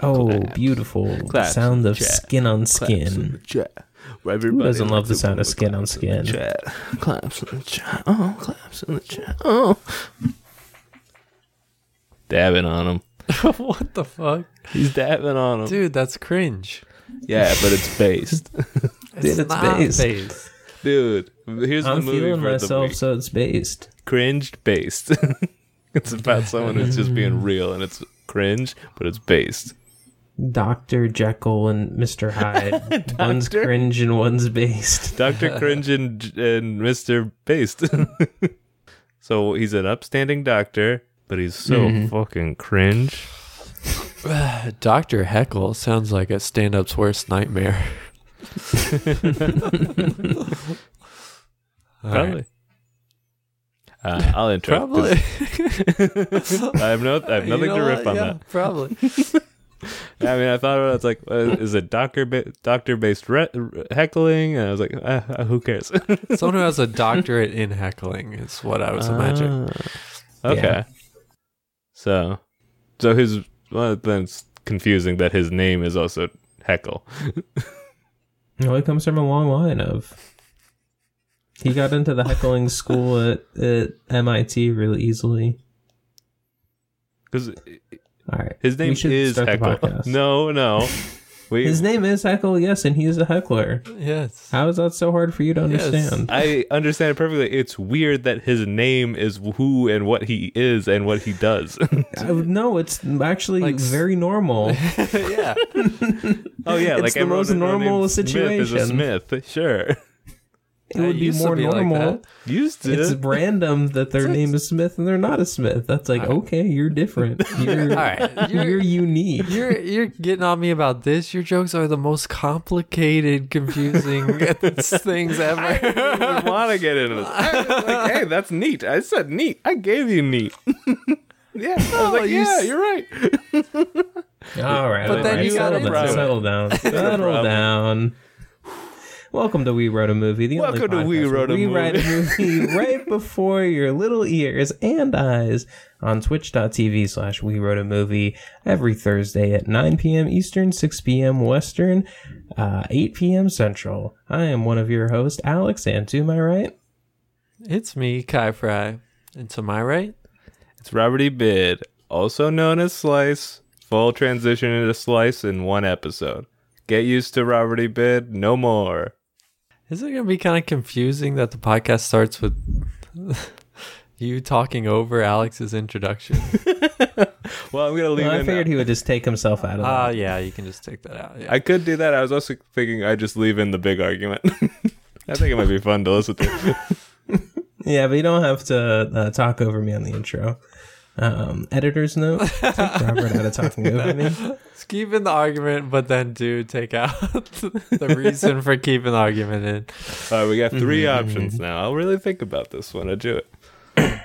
Oh, Claps. beautiful. Claps sound in of the chat. skin on Claps in the skin. chat. Where everybody doesn't love likes the it sound when of we skin on claps in the skin? chat. Claps in the chat. Oh, claps in the chat. Oh. Dabbing on him. what the fuck? He's dabbing on him. Dude, that's cringe. Yeah, but it's based. It's it's not based. based. Dude, here's I'm the movie feeling for the myself, week. so it's based. Cringed based. it's about someone who's just being real and it's cringe, but it's based. Dr. Jekyll and Mr. Hyde. one's Doctor. cringe and one's based. Dr. Cringe and, and Mr. Based. so he's an upstanding doctor, but he's so Mm-hmm. fucking cringe. Dr. Heckle sounds like a stand up's worst nightmare. All right. Probably. Uh, I'll intro. 'cause Probably. I have no, I have nothing to riff on that. Probably. I mean, I thought about it. I was like, uh, is it doctor ba- doctor based re- heckling? And I was like, uh, uh, who cares? Someone who has a doctorate in heckling is what I was imagining. Ah, okay. Yeah. So, so his well, then it's confusing that his name is also heckle. No, it comes from a long line of. He got into the heckling school at, at MIT really easily. Because All right. His We name should is start the Heckle. podcast. No, no. We, His name is Heckle, yes, and he's a heckler. Yes. How is that so hard for you to Yes. understand? I understand it perfectly. It's weird that his name is who and what he is and what he does. I, no, it's actually Like s- very normal. yeah. oh yeah, It's like the everyone most who named normal Smith is a situation. Smith, sure. It would be used to more be like normal. that. Used to. it's random that their It's- name is Smith and they're not a Smith. That's like, okay, you're different. You're, All right. you're You're, unique. you're you're getting on me about this. Your jokes are the most complicated, confusing things ever. I want to get into this. I was like, hey, that's neat. I said neat. I gave you neat. yeah, I was like, you yeah, s- you're right. All right, But all then right, you settle down. gotta improv it. Settle down. Settle problem. down. Welcome to We Wrote a Movie. The Welcome to only We podcast where Wrote a we write a movie right before your little ears and eyes on twitch.tv slash We Wrote a Movie every Thursday at 9 p.m. Eastern, 6 p.m. Western, uh, 8 p.m. Central. I am one of your hosts, Alex, and to my right, It's me, Kai Fry. And to my right, It's Robert E. Bid, also known as Slice. Full transition into Slice in one episode. Get used to Robert E. Bid, no more. is it gonna be kind of confusing that the podcast starts with you talking over Alex's introduction? Well, I'm gonna Uh, leave well, I in. figured he would just take himself out of Ah, that. yeah, you can just take that out. Yeah. I could do that. I was also thinking I'd just leave in the big argument. I think it might be fun to listen to. Yeah, but you don't have to uh, talk over me on the intro. Um, editor's note: Take Robert out of talking over me. Just keep in the argument, but then do take out the reason for keeping the argument in. All right, we got 3 options now. I'll really think about this when I do it.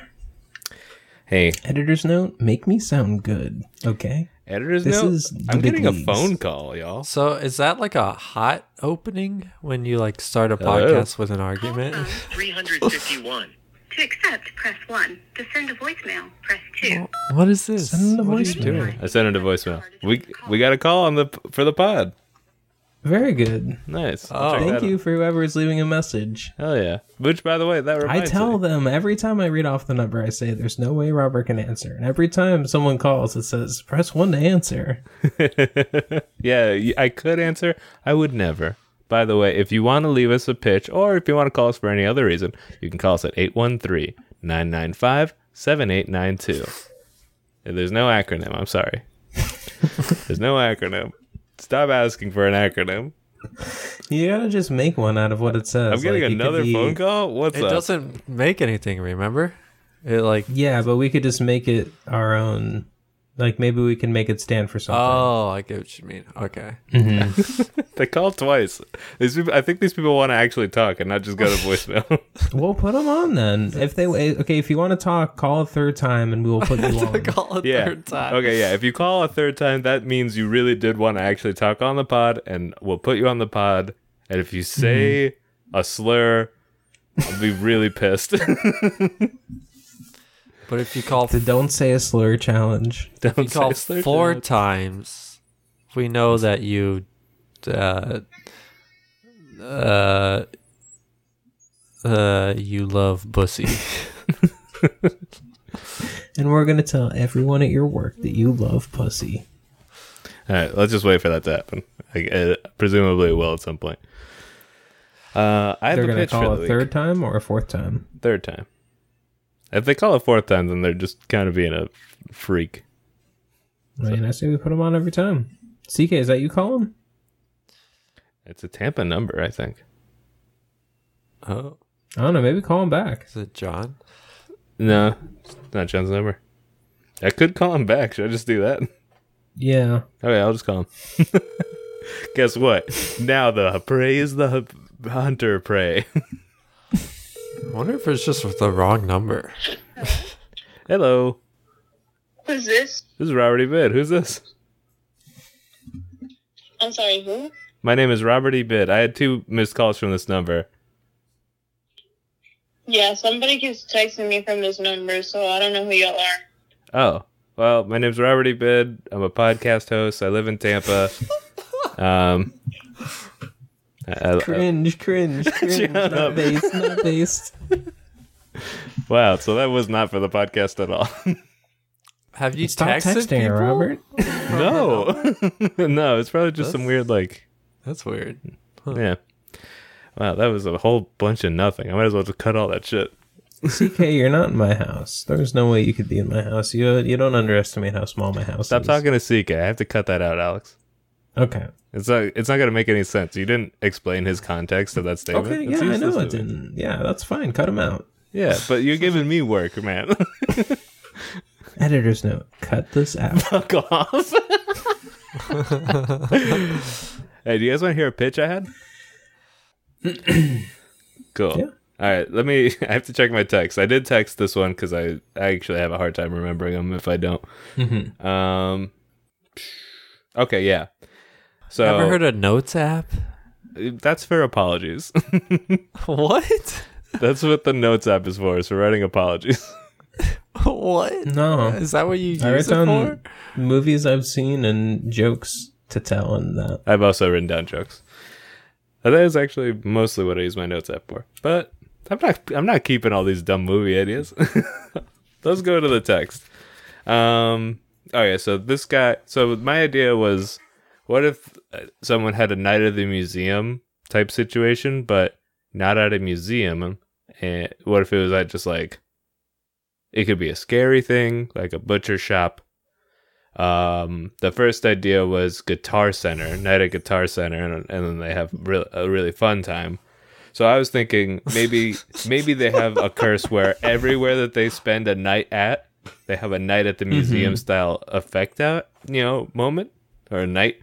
hey, Editor's note: Make me sound good. Okay. editors This note. is the I'm big getting a leagues. phone call, y'all. So is that like a hot opening when you like start a Hello? podcast with an Call argument? phone 351. To accept, press 1. To send a voicemail, press 2. What is this? Send a What are you voicemail. doing? I sent it a voicemail. We we got a call on the for the pod. Very good. Nice. Oh. Check Thank that out. you for whoever is leaving a message. Hell yeah. Which, by the way, that I reminds tell me. them every time I read off the number, I say there's no way Robert can answer. And every time someone calls, it says press one to answer. yeah, y- I could answer. I would never. By the way, if you want to leave us a pitch or if you want to call us for any other reason, you can call us at 813 995 7892. There's no acronym. I'm sorry. There's no acronym. Stop asking for an acronym. You gotta just make one out of what it says. I'm getting Like, it could another be- phone call. What's It up? doesn't make anything. Remember, it like Yeah, but we could just make it our own. Like maybe we can make it stand for something. oh, I get what you mean. Okay, They call twice. These people, I think these people want to actually talk and not just go to voicemail. We'll put them on then. If they okay, if you want to talk, call a third time and we will put you on. call it yeah. third time. Okay, yeah. If you call a third time, that means you really did want to actually talk on the pod, and we'll put you on the pod. And Mhm. if you say a slur, I'll be really pissed. But if you call The don't say a slur challenge. if you Don't call say slur four jokes. times, we know that you uh uh uh you love bussy And we're going to tell everyone at your work that you love pussy. All right, let's just wait for that to happen. Like, uh, presumably, it will at some point. Uh, I have They're the going to pitch for call the a week. third time or a fourth time. third time. If they call it fourth time, then they're just kind of being a freak. I mean, I say we put them on every time. CK, is that you call him? It's a Tampa number, I think. oh I don't know. Maybe call him back. is it john No, it's not John's number. I could call him back. Should I just do that? Yeah. Okay, I'll just call him. Guess what? Now the prey is the hu- hunter prey. i wonder if it's just with the wrong number Hello, Who's this? this is Robert E. Bidd. Who's this? I'm sorry, who? My name is Robert E. Bidd. I had two missed calls from this number. Yeah, somebody keeps texting me from this number, so I don't know who y'all are. Oh, well, my name's Robert E. Bidd. I'm a podcast host. I live in Tampa. Um, I- uh, I- Cringe, cringe, cringe. Shut not up. based, not based. wow, so that was not for the podcast at all. have you Stop texted texting, people? Robert. no, no, it's probably just some weird, like, that's weird yeah. Wow, that was a whole bunch of nothing. I might as well just cut all that shit. CK, you're not in my house. There's no way you could be in my house. You you don't underestimate how small my house Stop is. talking to CK. I have to cut that out, Alex. Okay. It's not. It's not going to make any sense. You didn't explain his context of that statement. Okay. It's Yeah, I useless know to it me. didn't. Yeah, that's fine. Cut him out. Yeah, but you're giving me work, man. Editor's note: Cut this out. Fuck off. hey, do you guys want to hear a pitch I had? cool. Yeah. All right, let me. I have to check my text. I did text this one because I, I actually have a hard time remembering them if I don't. Mm-hmm. Um. Okay, yeah. So ever Oh. heard of notes app that's for apologies. what that's what the notes app is for. Is for writing apologies. what No, is that what you use I wrote it for down movies I've seen and jokes to tell and that. I've also written down jokes. That is actually mostly what I use my notes app for. But I'm not I'm not keeping all these dumb movie ideas. Let's go to the text. Um okay, so this guy so my idea was what if uh, someone had a night of the museum type situation but not at a museum and what if it was at just like it could be a scary thing like a butcher shop um, the first idea was Guitar Center, night at Guitar Center, and, and then they have re- a really fun time. So I was thinking maybe maybe they have a curse where everywhere that they spend a night at, they have a night at the museum style effect out, you know, moment or night,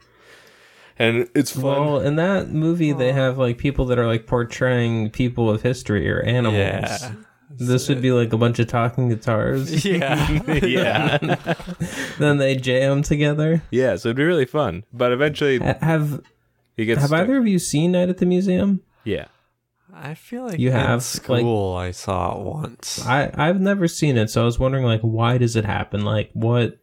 and it's fun. Well, in that movie, they have like people that are like portraying people of history or animals. yeah This would be like a bunch of talking guitars. yeah yeah, then they jam together. yeah. So it'd be really fun. But eventually, Ha- Have he gets. Have stuck- either of you seen Night at the Museum? Yeah. I feel like You in have, like- school. I saw it once. I, I I've never seen it, so I was wondering like, why does it happen? Like, what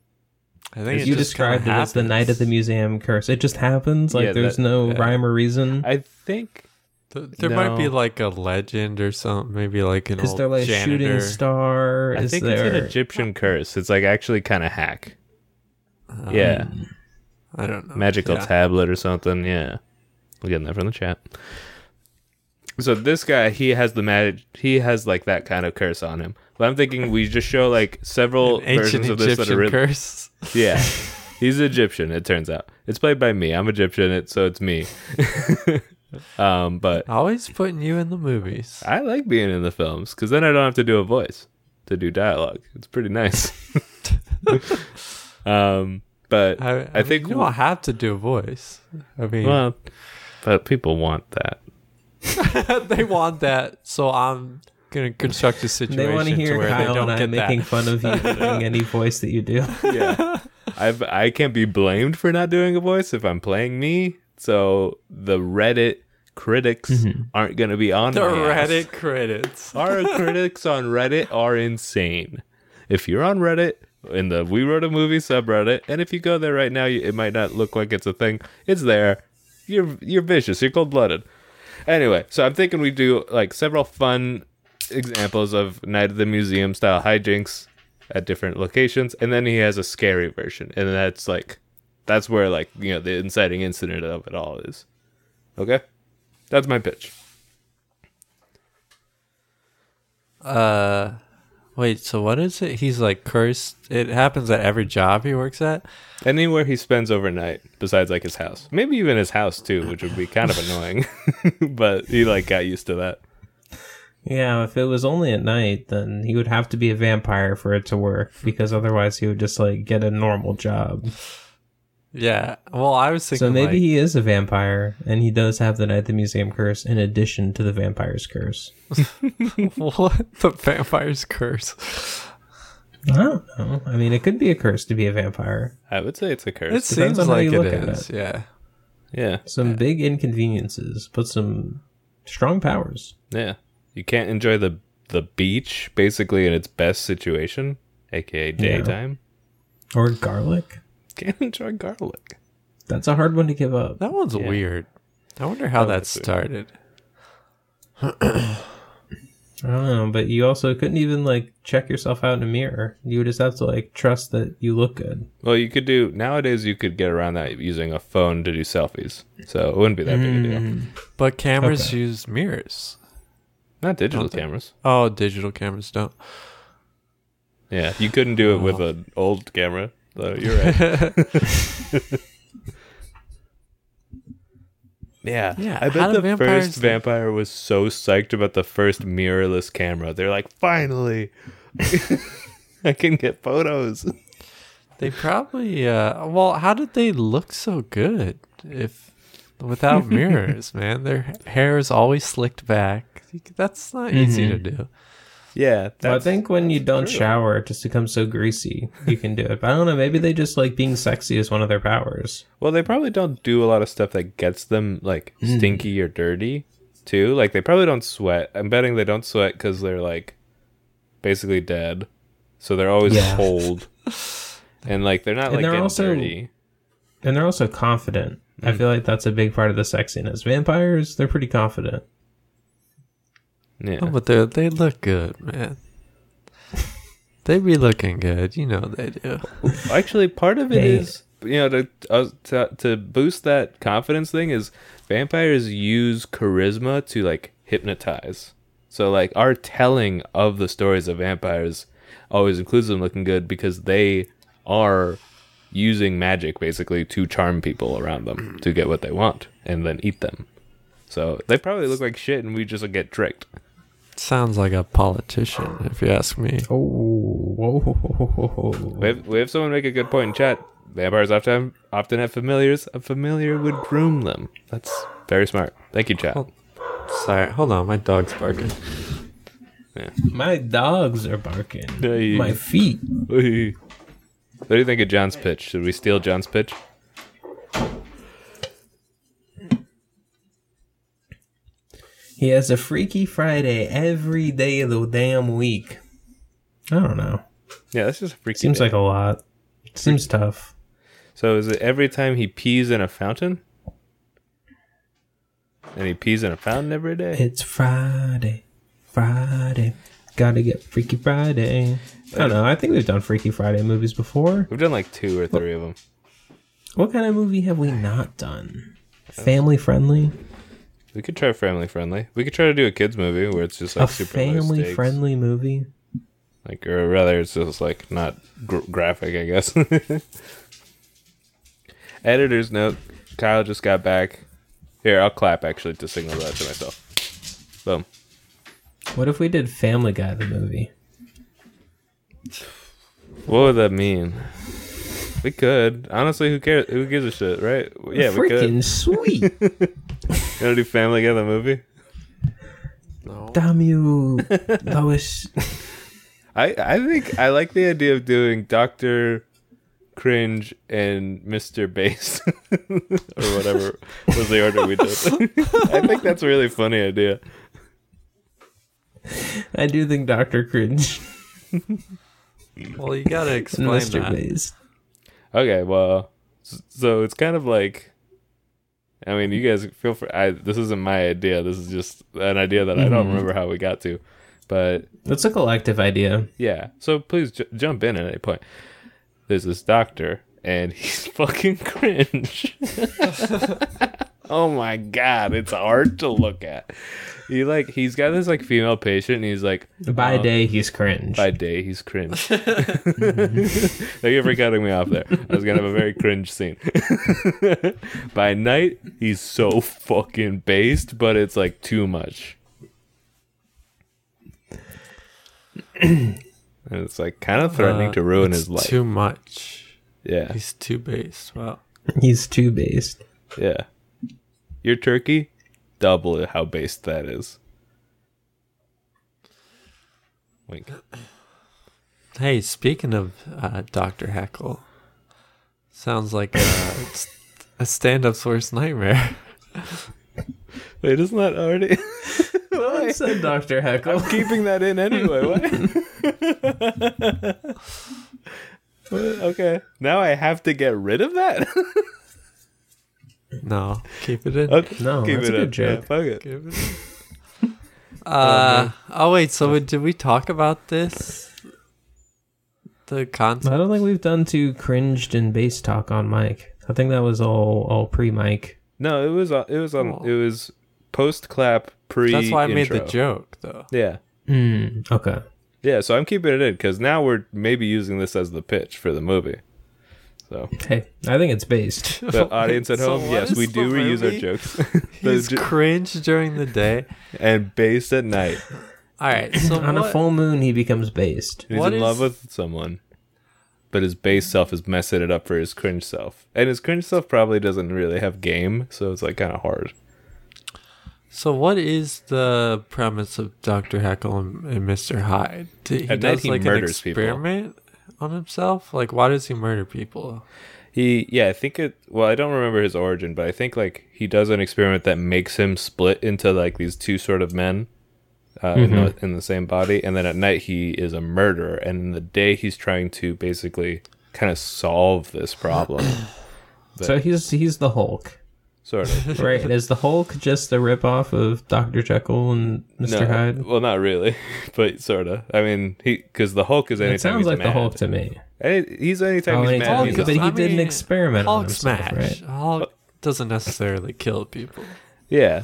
think it you just kinda described it as the happens. uh, Night at the Museum curse? It just happens. Like, Yeah, there's that- no yeah. rhyme or reason. I think Th- there might be No. like a legend or something. Maybe like an Is old there like a janitor. shooting star? I Is think it's an there? Egyptian curse. It's like actually kind of hack. yeah. I don't know. magical Um, Yeah. tablet or something. Yeah, we're getting that from the chat. So this guy, he has the mag- he has like that kind of curse on him. But I'm thinking we just show like several Ancient versions of this that Egyptian are really curse. yeah. He's Egyptian. It turns out it's played by me. I'm Egyptian, it, so it's me. um, but Always putting you in the movies. I like being in the films because then I don't have to do a voice to do dialogue. It's pretty nice. um, but I, I, I, think think you don't have to do a voice. I mean, well, but people want that. they want that, so I'm gonna construct a situation They want to to hear where they Kyle don't and I get making that. fun of you doing any voice that you do. yeah. I've I can't be blamed for not doing a voice if I'm playing me. So the Reddit critics aren't gonna be on Mm-hmm. The my ass. Reddit credits. Our critics on Reddit are insane. If you're on Reddit, in the We Wrote a Movie subreddit. And if you go there right now, you, it might not look like it's a thing. It's there. You're you're vicious. You're cold blooded. Anyway, so I'm thinking we do like several fun examples of Night of the Museum style hijinks at different locations, and then he has a scary version, and that's like that's where like you know the inciting incident of it all is. Okay, that's my pitch. Uh, wait. So what is it? He's like cursed. It happens at every job he works at. Anywhere he spends overnight, besides like his house, maybe even his house too, which would be kind of annoying, but he like got used to that. Yeah, if it was only at night, then he would have to be a vampire for it to work because otherwise he would just like get a normal job. Yeah. Well, I was thinking. So maybe like, he is a vampire and he does have the Night at the Museum curse in addition to the vampire's curse. what the vampire's curse? I don't know. I mean, it could be a curse to be a vampire. I would say it's a curse. It seems on how like you it look at is. Yeah. yeah, Some big inconveniences, but some strong powers. yeah. You can't enjoy the the beach basically in its best situation, aka daytime. Or garlic. Can't enjoy garlic. That's a hard one to give up. That one's weird. I wonder how that started. I don't know, but you also couldn't even like check yourself out in a mirror. You would just have to like trust that you look good. Well, you could do nowadays. You could get around that using a phone to do selfies, so it wouldn't be that big a deal. But cameras use mirrors. Not digital cameras. Oh, digital cameras don't. Yeah, you couldn't do it with an old camera. Though you're right. yeah, Yeah, I how bet do the vampires first do- vampire was so psyched about the first mirrorless camera. They're like, finally, I can get photos. They probably uh well, how did they look so good if without mirrors, man? Their hair is always slicked back. That's not easy to Mm-hmm. do. Yeah, Well, I that's- think when you don't true. shower, it just becomes so greasy. You can do it. But I don't know. Maybe they just like being sexy is one of their powers. Well, they probably don't do a lot of stuff that gets them like Hmm. stinky or dirty, too. Like they probably don't sweat. I'm betting they don't sweat because they're like basically dead, so they're always Yeah. cold, and like they're not like they're getting also- dirty. And they're also confident. I feel like that's a big part of the sexiness. Vampires, they're pretty confident. Yeah, Oh, but they they look good, man. They be looking good, you know they do. actually, part of it They- is you know to, uh, to to boost that confidence thing is vampires use charisma to like hypnotize. So like our telling of the stories of vampires always includes them looking good because they are using magic basically to charm people around them to get what they want and then eat them. So they probably look like shit and we just get tricked. Sounds like a politician, if you ask me. Oh, whoa. We have, we have someone make a good point in chat. Vampires often often have familiars. A familiar would groom them. That's very smart. Thank you, chat. Sorry, hold on, my dog's barking. My dogs are barking. Hey. My feet. what do you think of John's pitch? Should we steal John's pitch? He has a Freaky Friday every day of the damn week. I don't know. Yeah, that's just a freaky. Seems day. like a lot. Seems tough. so. Is it every time he pees in a fountain? And he pees in a fountain every day. It's Friday, Friday. Gotta get Freaky Friday. I don't know. I think we've done Freaky Friday movies before. We've done like two or three of them. What kind of movie have we not done? Family friendly? We could try family friendly. We could try to do a kids movie where it's just like A super low family stakes. friendly movie? like or rather it's just like not gr- graphic i guess editor's note kyle just got back here i'll clap actually to signal that to myself boom What if we did Family Guy the movie? what would that mean we could honestly who cares who gives a shit right yeah we could Freaking sweet. you want to do family guy the movie Damn you, Lois. I, I think I like the idea of doing Doctor Cringe and Mr. Bass or whatever was the order we did. I think that's a really funny idea. I do think Dr. Cringe. Well, you gotta explain Mr. that. Maze. Okay, well, s- so it's kind of like, I mean, you guys feel free. I this isn't my idea. This is just an idea that I don't remember how we got to, but It's a collective idea. yeah. So please j- jump in at any point. There's this doctor, and he's fucking cringe. oh my god, it's hard to look at. He like he's got this like female patient, and he's like, By day, he's cringe. by day, he's cringe. Thank you for cutting me off there. I was gonna have a very cringe scene. By night, he's so fucking based, but it's like too much. and it's like kind of threatening Uh, to ruin it's his life. Too much. yeah, He's too based. Wow. He's too based. yeah. Your turkey, double how based that is. Wink. Hey, speaking of uh, Doctor Heckle, sounds like a, a stand-up source nightmare. Wait, isn't that already? Well, it said Dr. Heckle. I'm keeping that in anyway. What? What? okay. Now I have to get rid of that? No, keep it in. okay. No, that's a up. good joke. Yeah, fuck it. Keep it in. Uh, oh wait. So did we talk about this? The I concept. don't think we've done too cringed and bass talk on mic. I think that was all all pre mic. No, it was on- it was on Cool. it was post clap pre. That's why I made the intro. joke, though. Yeah. Hmm. Mm, okay. Yeah, so I'm keeping it in because now we're maybe using this as the pitch for the movie. So Hey, I think it's based. the audience at So home, what yes, is we the do reuse our movie? jokes. He's Those ju- cringe during the day. and based at night. All right. So On what- a full moon, he becomes based. And he's in What is- love with someone, but his base self is messing it up for his cringe self. And his cringe self probably doesn't really have game, so it's like kind of hard. So what is the premise of Dr. Heckle and, and Mr. Hyde? D- He At night he murders people. experiment on himself? Like why does he murder people? He, yeah, I think it, well, I don't remember his origin, but I think like he does an experiment that makes him split into like these two sort of men uh, in, Mm-hmm. the, in the same body. And then at night he is a murderer. And in the day he's trying to basically kind of solve this problem. So he's he's the Hulk, sort of. right? And is the Hulk just a ripoff of Doctor Jekyll and Mister No, Hyde? Well, not really, but sort of. I mean, he, because the Hulk is anytime It sounds he's like the mad. Hulk to me. Any, he's anytime Oh, he's anytime mad. he's He's mad. a, But he did an experiment on Hulk himself, smash. right? Hulk doesn't necessarily kill people. yeah,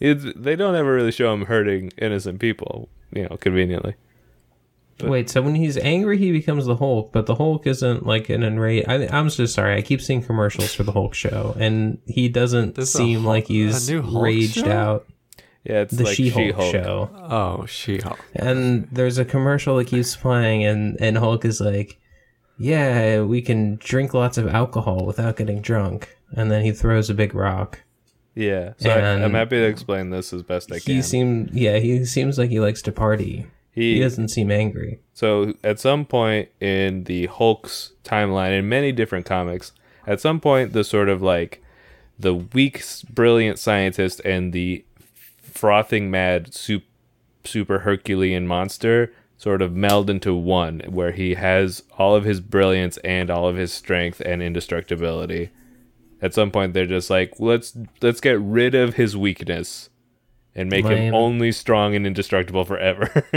it's, they don't ever really show him hurting innocent people. You know, conveniently. Wait, so when he's angry, he becomes the Hulk, but the Hulk isn't like an enraged. I, I'm so sorry. I keep seeing commercials for the Hulk show, and he doesn't There's a seem Hulk- like he's a new Hulk raged show? out. Yeah, it's The like She-Hulk, She-Hulk. show, Oh, she Hulk. and there's a commercial that keeps playing, and and Hulk is like, "Yeah, we can drink lots of alcohol without getting drunk," and then he throws a big rock. Yeah, so I, And- I'm happy to explain this as best I He can. seemed, yeah, he seems like he likes to party. He He, doesn't seem angry. so at some point in the Hulk's timeline, in many different comics, at some point the sort of like the weak, s- brilliant scientist and the frothing mad super, super Herculean monster sort of meld into one, where he has all of his brilliance and all of his strength and indestructibility. At some point, they're just like, let's let's get rid of his weakness and make Lame. him only strong and indestructible forever.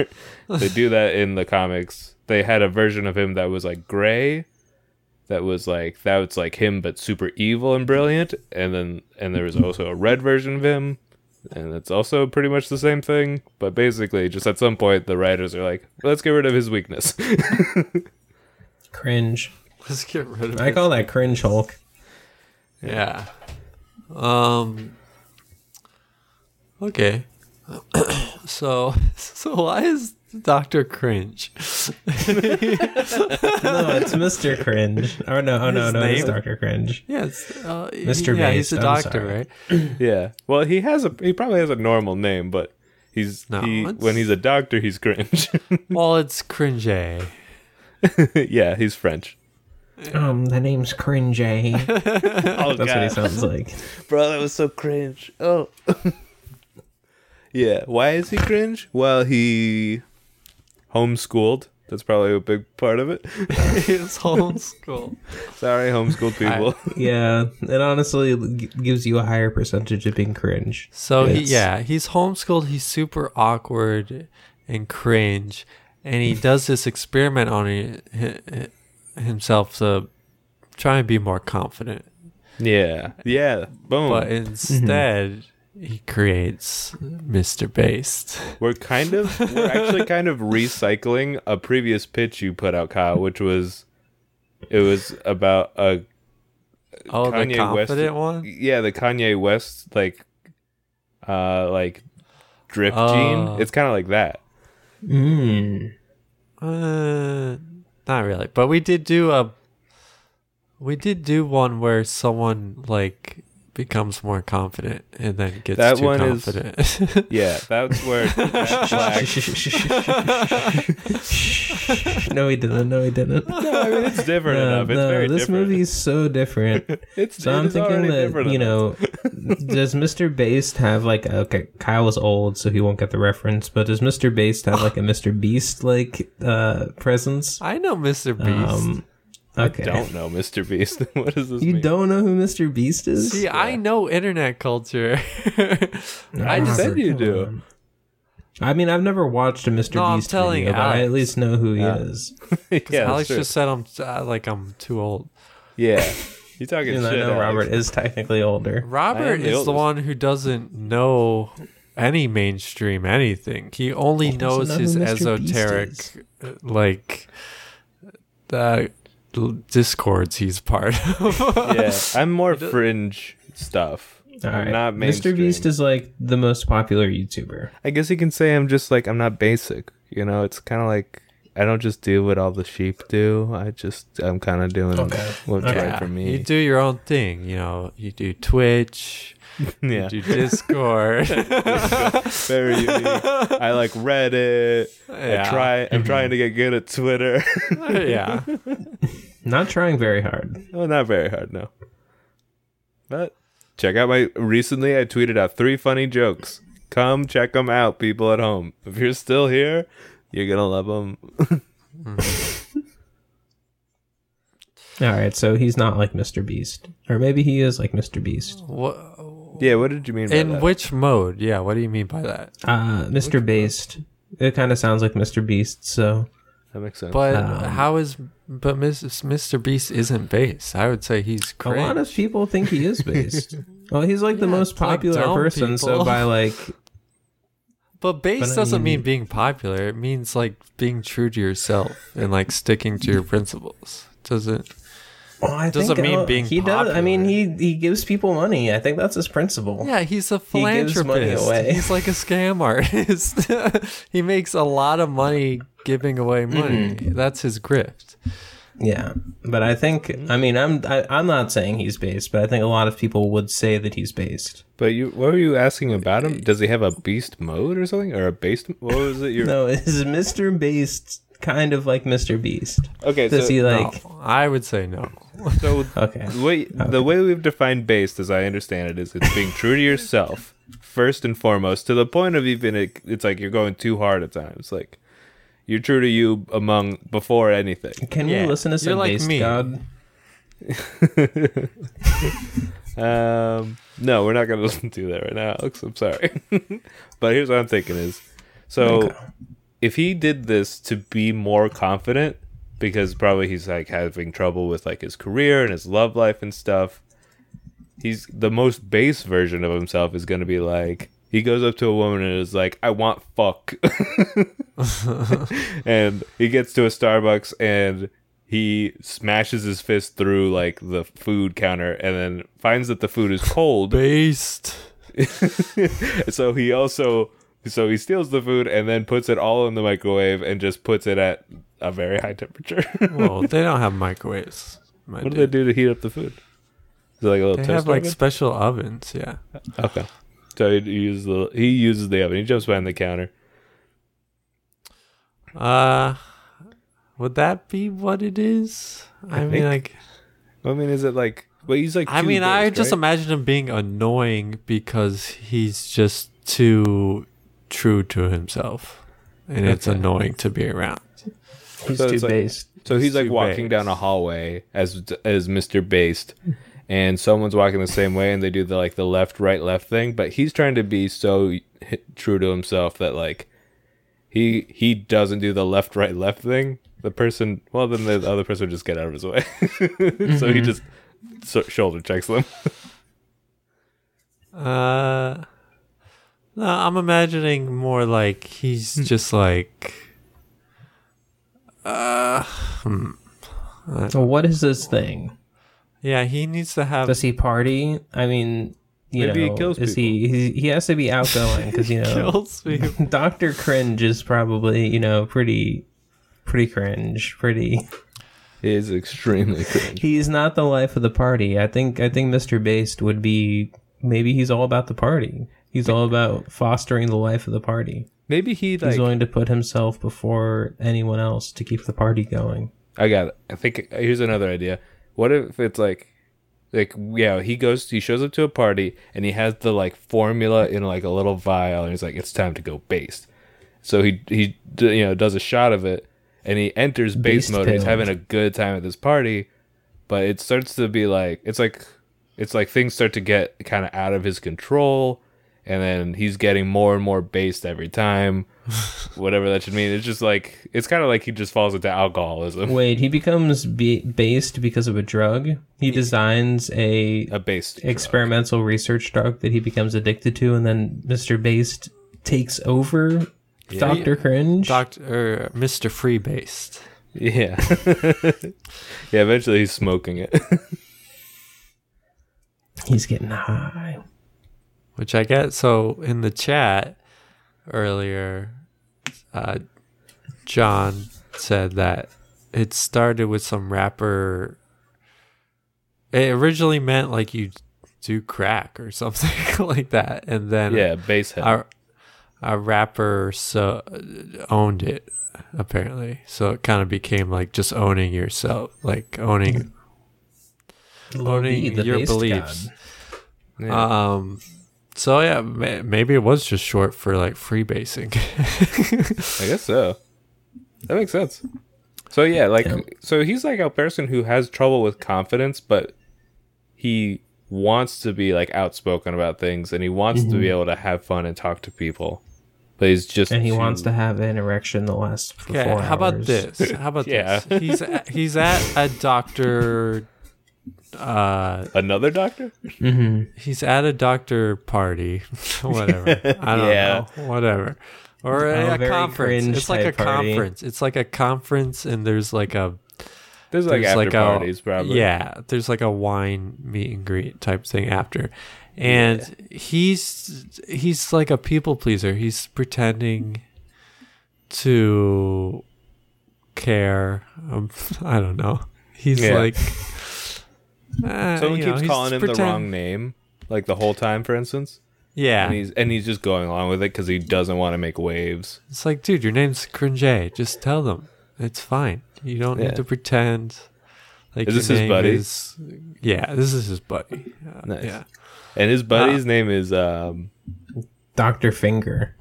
they do that in the comics. They had a version of him that was like gray, that was like that was like him but super evil and brilliant, and then and there was also a red version of him and it's also pretty much the same thing. But basically, just at some point, the writers are like, "Let's get rid of his weakness." Cringe. Let's get rid of I it. call that cringe Hulk. Yeah. Um Okay. so so why is Dr. Cringe? No, Oh, it's Mr. Cringe. Oh no, oh no, His no, it's name- Dr. Cringe. Yes, uh, Mr. Yeah, he's Based, a I'm doctor, sorry. right? yeah. Well, he has a he probably has a normal name, but he's No, he it's- when he's a doctor, he's cringe. Well, it's cringe. yeah, he's French. Um, the name's Cringe. That's Oh what he sounds like. bro, that was so cringe. Oh. yeah. Why is he cringe? Well, he homeschooled That's probably a big part of it. it's homeschool. Sorry, homeschooled people. Yeah, it honestly g- gives you a higher percentage of being cringe. So he, It's- yeah, he's homeschooled. He's super awkward and cringe, and he does this experiment on hi- hi- himself to try and be more confident. yeah. Yeah. Boom. But instead, he creates Mr. Based. We're kind of we're actually kind of recycling a previous pitch you put out, Kyle, which was it was about a Oh, the Kanye West- confident one. yeah, the Kanye West like uh like drip Oh. gene. It's kinda like that. Mm. Uh, not really, but we did do a. We did do one where someone like becomes more confident and then gets That too one is- confident. Yeah, that's where that flag- no, he didn't. No, he didn't. I mean, it's different No, enough. It's no, very this different. movie's so different. it's, So I'm it's already thinking that different you enough. know, does Mr. Beast have like okay, Kyle is old, so he won't get the reference, but does Mr. Beast have like a Mr. Beast like uh presence? I know Mr. Beast. Um, okay, don't know Mr. Beast. what does this you mean? don't know who Mr. Beast is? See, I know internet culture. I I just said you do. I mean, I've never watched a Mr. No, I'm Beast telling video, but I Alex. at least know who he Yeah. is. yeah, that's Alex true. just said I'm uh, like I'm too old. yeah. You talking And I shit, know Alex. Robert is technically older. Robert the is the oldest. one who doesn't know any mainstream anything. He only knows know who his Mr. Beast is. esoteric uh, like the discords he's part of. yeah, I'm more fringe stuff. All I'm right. not mainstream. Mr. Beast is like the most popular YouTuber. I guess you can say I'm just like I'm not basic. You know, it's kind of like I don't just do what all the sheep do. I just I'm kind of doing what's right for me. You do your own thing, you know. You do Twitch, yeah, you do Discord. very unique. I like Reddit. I Yeah. try. Mm-hmm. I'm trying to get good at Twitter. yeah. Not trying very hard. well, not very hard, no. But check out my recently. I tweeted out three funny jokes. Come check them out, people at home. If you're still here, you're gonna love them. All right, so he's not like Mr. Beast, or maybe he is like Mr. Beast. What Yeah, what did you mean by In that? which mode? Yeah, what do you mean by that? Uh, Mr. Beast. It kind of sounds like Mr. Beast, so that makes sense. But Um, how is but Mrs. Mr. Beast isn't base. I would say he's cringe. a lot of people think he is based. well, he's like the Yeah, most it's like popular dumb person, so people. by like but base but I doesn't mean mean- being popular. It means like being true to yourself and like sticking to your principles. Doesn't well, I Doesn't think, mean uh, being he does. I mean, he popular. he gives people money. I think that's his principle. Yeah, he's a He philanthropist. gives money away. He's like a scam artist. he makes a lot of money giving away money. That's his grift. Yeah, but I think I mean I'm I, I'm not saying he's based, but I think a lot of people would say that he's based. But you, what were you Uh, asking about him? Does he have a beast mode or something, or a beast? What was it? Your No, is Mr. Beast kind of like Mr. Beast? okay, so, Does he uh, like? No, I would say no. so Okay. the way the way we've defined based, as I understand it, is it's being true to yourself first and foremost, to the point of even it, it's like you're going too hard at times. Like you're true to you among before anything. Can Yeah, we listen to some you're like based me. God? Um, no, we're not going to listen to that right now, Alex. I'm sorry, but here's what I'm thinking is, so if he did this to be more confident, because probably he's like having trouble with like his career and his love life and stuff. He's the most base version of himself is going to be like he goes up to a woman and is like, "I want fuck," and he gets to a Starbucks and he smashes his fist through like the food counter and then finds that the food is cold. Based. so he also so he steals the food and then puts it all in the microwave and just puts it at a very high temperature. Well, they don't have microwaves. my what do dude. they do to heat up the food? Is it like a little They toaster? have like oven? special ovens, yeah. okay. So he uses the he uses the oven. He jumps behind the counter. Uh would that be what it is? I, mean think- like I mean, is it like? Well, he's like. I mean I two-faced, just right? imagine him being annoying because he's just too true to himself. And it's Okay. annoying to be around. He's So too it's like- based. So he's like Too walking down a hallway as as Mr. Based, and someone's walking the same way, and they do the like the left right left thing, but he's trying to be so hi- true to himself that like he he doesn't do the left right left thing. The person, well, then the other person would just get out of his way, so he just so- shoulder checks them. Uh, no, I'm imagining more like he's Hmm. just like, So what is this thing? yeah, he needs to have. Does he party? I mean, you Um, Maybe he know, kills is he, he he has to be outgoing because you know kills me. Doctor Cringe is probably you know pretty pretty cringe, pretty. He is extremely cringe. He's not the life of the party. I think I think Mr. Based would be maybe he's all about the party. He's all about fostering the life of the party. Maybe he He's like willing to put himself before anyone else to keep the party going. I got it. I think here's another idea. What if it's like like yeah, he goes he shows up to a party and he has the like formula in like a little vial and he's like it's time to go based. So he he d- you know does a shot of it and he enters base Based mode. and He's pills. having a good time at this party, but it starts to be like it's like it's like things start to get kind of out of his control and then he's getting more and more based every time. Whatever that should mean. It's just like it's kind of like he just falls into alcoholism. Wait, he becomes be- based because of a drug. He designs a a based experimental research drug that he becomes addicted to, and then Mr. Based takes over Doctor Cringe. Doctor or Mr. Free Based. Yeah. yeah, eventually he's smoking it. He's getting high. which I get. So in the chat earlier, uh, John said that it started with some rapper. It originally meant like you do crack or something like that, and then yeah, base head. our a rapper so owned it apparently. So it kind of became like just owning yourself, like owning owning the your based beliefs. god. Um, so yeah, ma- maybe it was just short for like freebasing. I guess so. That makes sense. So yeah, like so he's like a person who has trouble with confidence, but he wants to be like outspoken about things and he wants to Mm-hmm. be able to have fun and talk to people. But he's just And he too- wants to have an erection that lasts for okay, four how about hours. this? How about Yeah. this? He's at, he's at a doctor. Uh, another doctor? he's at a doctor party, whatever. I don't Yeah. know, whatever. Or Oh, a, a very conference. cringe It's like a type party. conference. It's like a conference, and there's like a There's like there's after like parties a, probably. Yeah, there's like a wine meet and greet type thing after. And he's he's like a people pleaser. He's pretending to care. Um, I don't know. He's Yeah. like uh, Someone you know, keeps he's calling him the pretend- wrong name like the whole time for instance. Yeah, and he's and he's just going along with it because he doesn't want to make waves. it's like, dude, your name's Cringe. Just tell them it's fine. You don't Yeah. need to pretend. Like Is your this his name buddy? is- yeah, this is his buddy. Uh, Nice. Yeah. And his buddy's name is um Doctor Finger.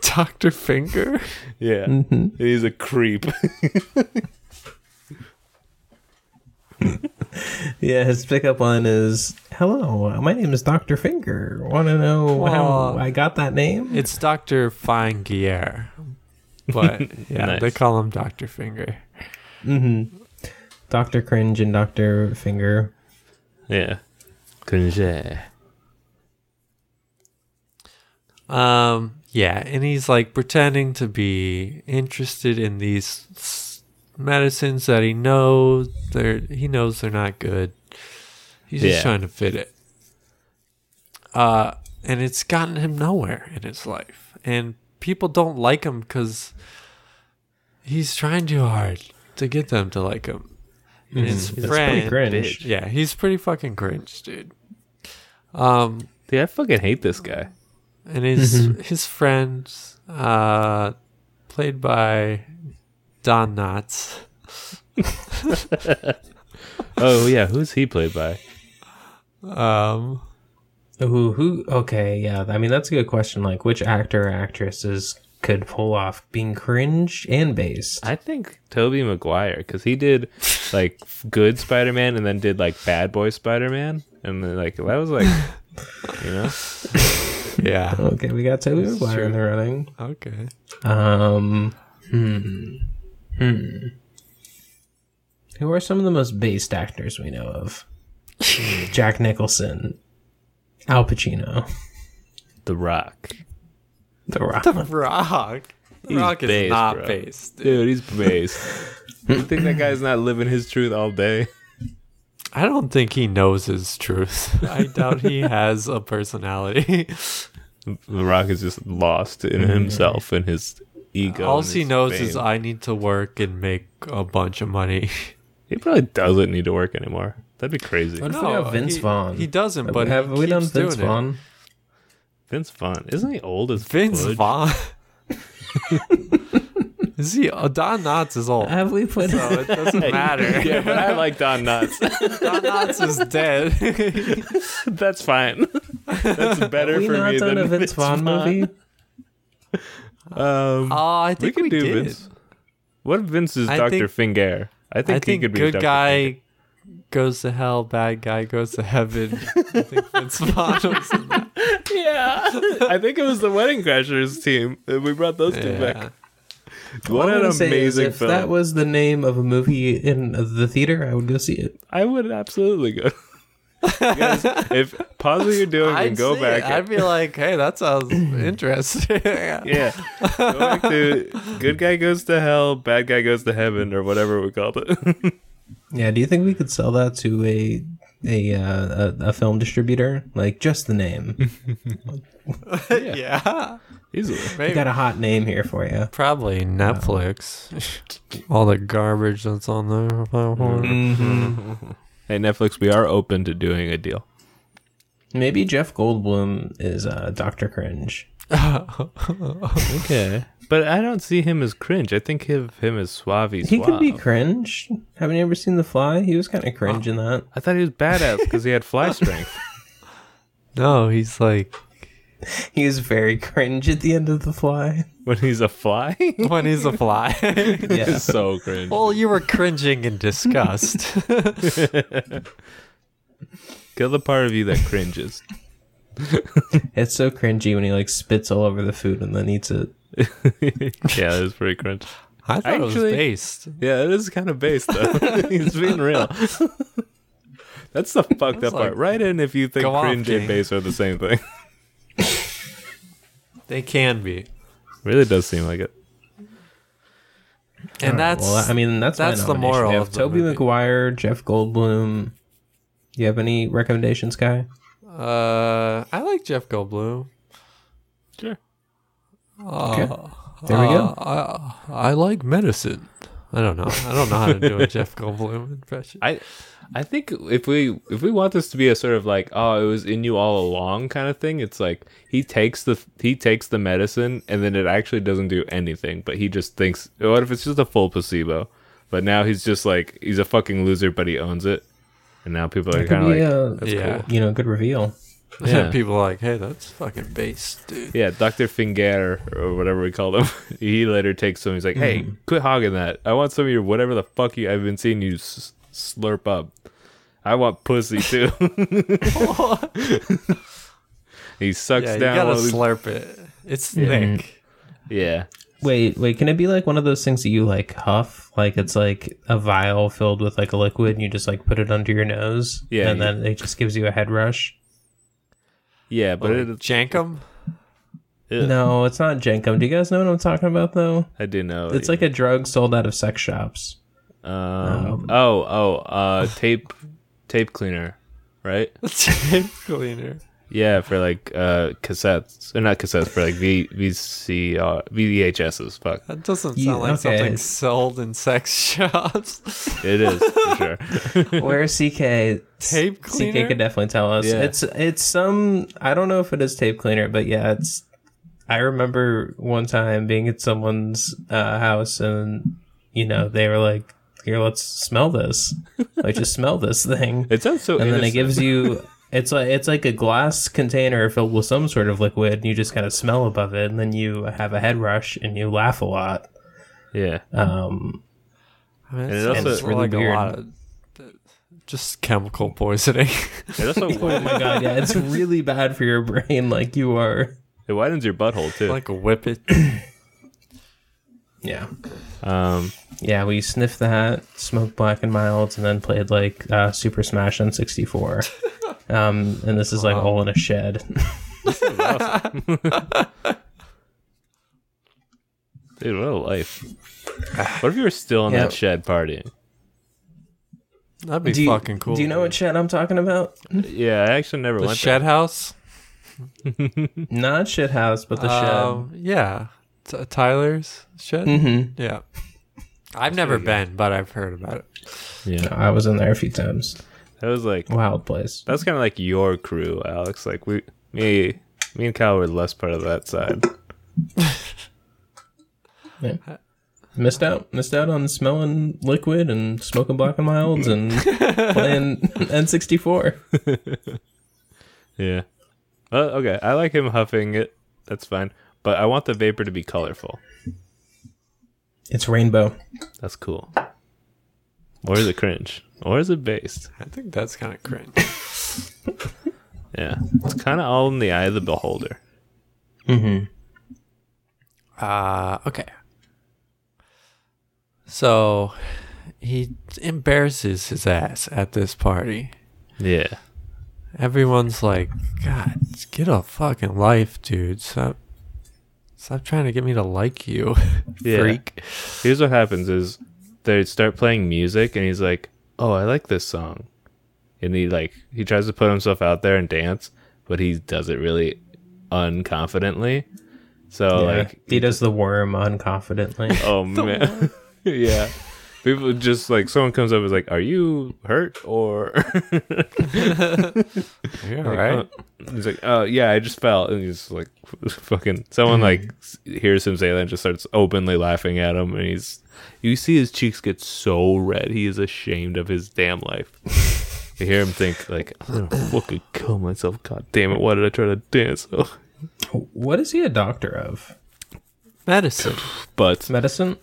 Dr. Finger. yeah, And he's a creep. Yeah, his pickup line is "Hello, my name is Doctor Finger. Want to know how Aw. I got that name?" It's Dr. Fangier. But yeah, Nice. they call him Dr. Finger. Doctor Cringe and Doctor Finger. yeah, Kunje. Um yeah, and he's like pretending to be interested in these s- medicines that he knows they're he knows they're not good. He's just Yeah. trying to fit it. Uh and it's gotten him nowhere in his life. And people don't like him cuz he's trying too hard to get them to like him. And It's his Mm. pretty friend cringe. Yeah, he's pretty fucking cringe, dude. Um, Dude, I fucking hate this guy. and his Mm-hmm. his friend, uh, played by Don Knotts. Oh yeah, who's he played by? Um, Who? Who? Okay, yeah. I mean, that's a good question. Like, which actor or actress is could pull off being cringe and based. I think Toby Maguire because he did like good Spider Man and then did like Bad Boy Spider Man and then, like that was like you know Yeah. Okay, we got Toby Maguire in the running. Okay. Um, hmm. Hmm. Who are some of the most based actors we know of? Hmm, Jack Nicholson, Al Pacino, The Rock, The Rock. Rock. He's Rock is based, not bro. based. dude. He's based. you think that guy's not living his truth all day? I don't think he knows his truth. I doubt he has a personality. The Rock is just lost in himself and his ego. All and he his knows fame. is I need to work and make a bunch of money. he probably doesn't need to work anymore. That'd be crazy. What if we have Vince he, Vaughn? He doesn't, but have he we done keeps Vince doing it. Vaughn? Vince Vaughn isn't he old as Vince fudge? Vaughn. is he? Uh, Don Knotts is old. Have we put? So it doesn't matter. Yeah, but I like Don Knotts. Don Knotts is dead. That's fine. That's better Have we for not me done than a Vince, Vaughn movie? Um, oh, I think we, could did. Vince. What if Vince is I Doctor think- Finger? I think I he think could be good Dr. guy Finger. goes to hell, bad guy goes to heaven. I think Vince Vaughn was in that. Yeah, I think it was the Wedding Crashers team. Uh, We brought those two Yeah. back. All What I'm an gonna say is amazing if film! that was the name of a movie in the theater, I would go see it. I would absolutely go. Guys, if pause what you're doing I'd and go see back. it. I'd be like, hey, that sounds interesting. yeah, go back to good guy goes to hell, bad guy goes to heaven, or whatever we called it. Yeah. Do you think we could sell that to a a uh, a, a film distributor? Like just the name. yeah. Easily. we got a hot name here for you. Probably Netflix. All the garbage that's on there. Mm-hmm. Hey Netflix, we are open to doing a deal. Maybe Jeff Goldblum is uh, Doctor Cringe. Mm-hmm. Okay, but I don't see him as cringe. I think of him as suave. He could be cringe. Haven't you ever seen The Fly? He was kind of cringe in that. I thought he was badass because he had fly strength. No, he's like He was very cringe at the end of The Fly. when he's a fly, when he's a fly. Yeah. it's so cringe. well, you were cringing in disgust. Kill the part of you that cringes. It's so cringy when he like spits all over the food and then eats it. yeah, that is pretty cringe. I thought Actually- it was based. Yeah, it is kind of based though. he's being real. That's the fucked up like- part. Right in if you think Go off, cringe King. and base are the same thing. They can be. really does seem like it. And that's well, I mean, that's that's the moral You of have the Toby movie. Maguire, Jeff Goldblum. You have any recommendations, guy? uh I like Jeff Goldblum. Sure. Okay, Uh, there we go. I like medicine. I don't know. I don't know how to do a Jeff Goldblum impression. I I think if we if we want this to be a sort of like oh it was in you all along kind of thing, it's like he takes the he takes the medicine and then it actually doesn't do anything, but he just thinks what if it's just a full placebo? But now he's just like he's a fucking loser, but he owns it, and now people are It could kind of be like a yeah. you know good reveal. Yeah. People are like, hey, that's fucking based, dude. yeah, Doctor Finger or whatever we call him. he later takes some. He's like, hey, quit hogging that. I want some of your whatever the fuck you I've been seeing you s- slurp up. I want pussy too. he sucks Yeah, you down. gotta all these- slurp it. It's Mm-hmm. Nick. yeah, Wait, wait, can it be like one of those things that you like huff? Like it's like a vial filled with like a liquid and you just like put it under your nose. Yeah, And yeah. then it just gives you a head rush. yeah, but it, Jankum? Yeah. No, it's not Jenkum. Do you guys know what I'm talking about though? I do know. It's like a drug sold out of sex shops. um, oh oh uh tape tape cleaner, right? Tape cleaner. Yeah, for like uh cassettes or not cassettes for like v- VCR VHSs. Fuck, That doesn't sound Yeah, like okay. something sold in sex shops. it is for sure. Where CK Tape CK cleaner? could definitely tell us. Yeah. It's it's some I don't know if it is tape cleaner, but yeah, it's I remember one time being at someone's uh, house and you know, they were like, Here, let's smell this. like just smell this thing. It sounds so. and then it innocent. gives you It's like it's like a glass container filled with some sort of liquid, and you just kind of smell above it, and then you have a head rush and you laugh a lot. Yeah. Um, I mean, it it's, also- it's It's really like weird. a lot of just chemical poisoning. Yeah, that's what- oh my god, yeah, it's really bad for your brain. Like you are, it widens your butthole too. like a whippet. yeah, um, yeah. We sniffed that, smoked black and milds, and then played like uh, Super Smash on sixty four. Um, and this is like all in a shed. dude, what a life. What if you were still in Yeah. that shed partying? That'd be do you, fucking cool. Do you know what dude. shed I'm talking about? Yeah, I actually never the went shed house? Not shit house, but the Um, yeah, T- Tyler's shed. shed. Mm-hmm. Yeah, I've never been, but I've heard about it. there. Yeah, I was in there a few times. that was like Wild place. that's kind of like your crew, Alex. Like we, me, me and Kyle were less part of that side. Missed out. Missed out on smelling liquid and smoking black and milds and playing N64. Yeah. Uh, okay, I like him huffing it. That's fine, but I want the vapor to be colorful. It's rainbow. That's cool. Or is it cringe? Or is it based? I think that's kind of cringe. Yeah, it's kind of all in the eye of the beholder. Mm-hmm. Uh, okay. So he embarrasses his ass at this party. Yeah. Everyone's like, God, get a fucking life, dude. Stop, stop trying to get me to like you, Yeah. freak. Here's what happens is they start playing music and he's like, "Oh, I like this song." And he like he tries to put himself out there and dance, but he does it really unconfidently. So Yeah. like, He does the worm unconfidently. oh man. yeah. People just like someone comes up and is like, "Are you hurt or You're right. Oh. He's like, oh yeah, I just fell, and he's like, fucking. Someone like s- hears him say that and just starts openly laughing at him, and he's, you see his cheeks get so red, he is ashamed of his damn life. you hear him think like, I'm gonna fucking kill myself. God damn it, why did I try to dance? Oh, what is he a doctor of? Medicine. but Medicine?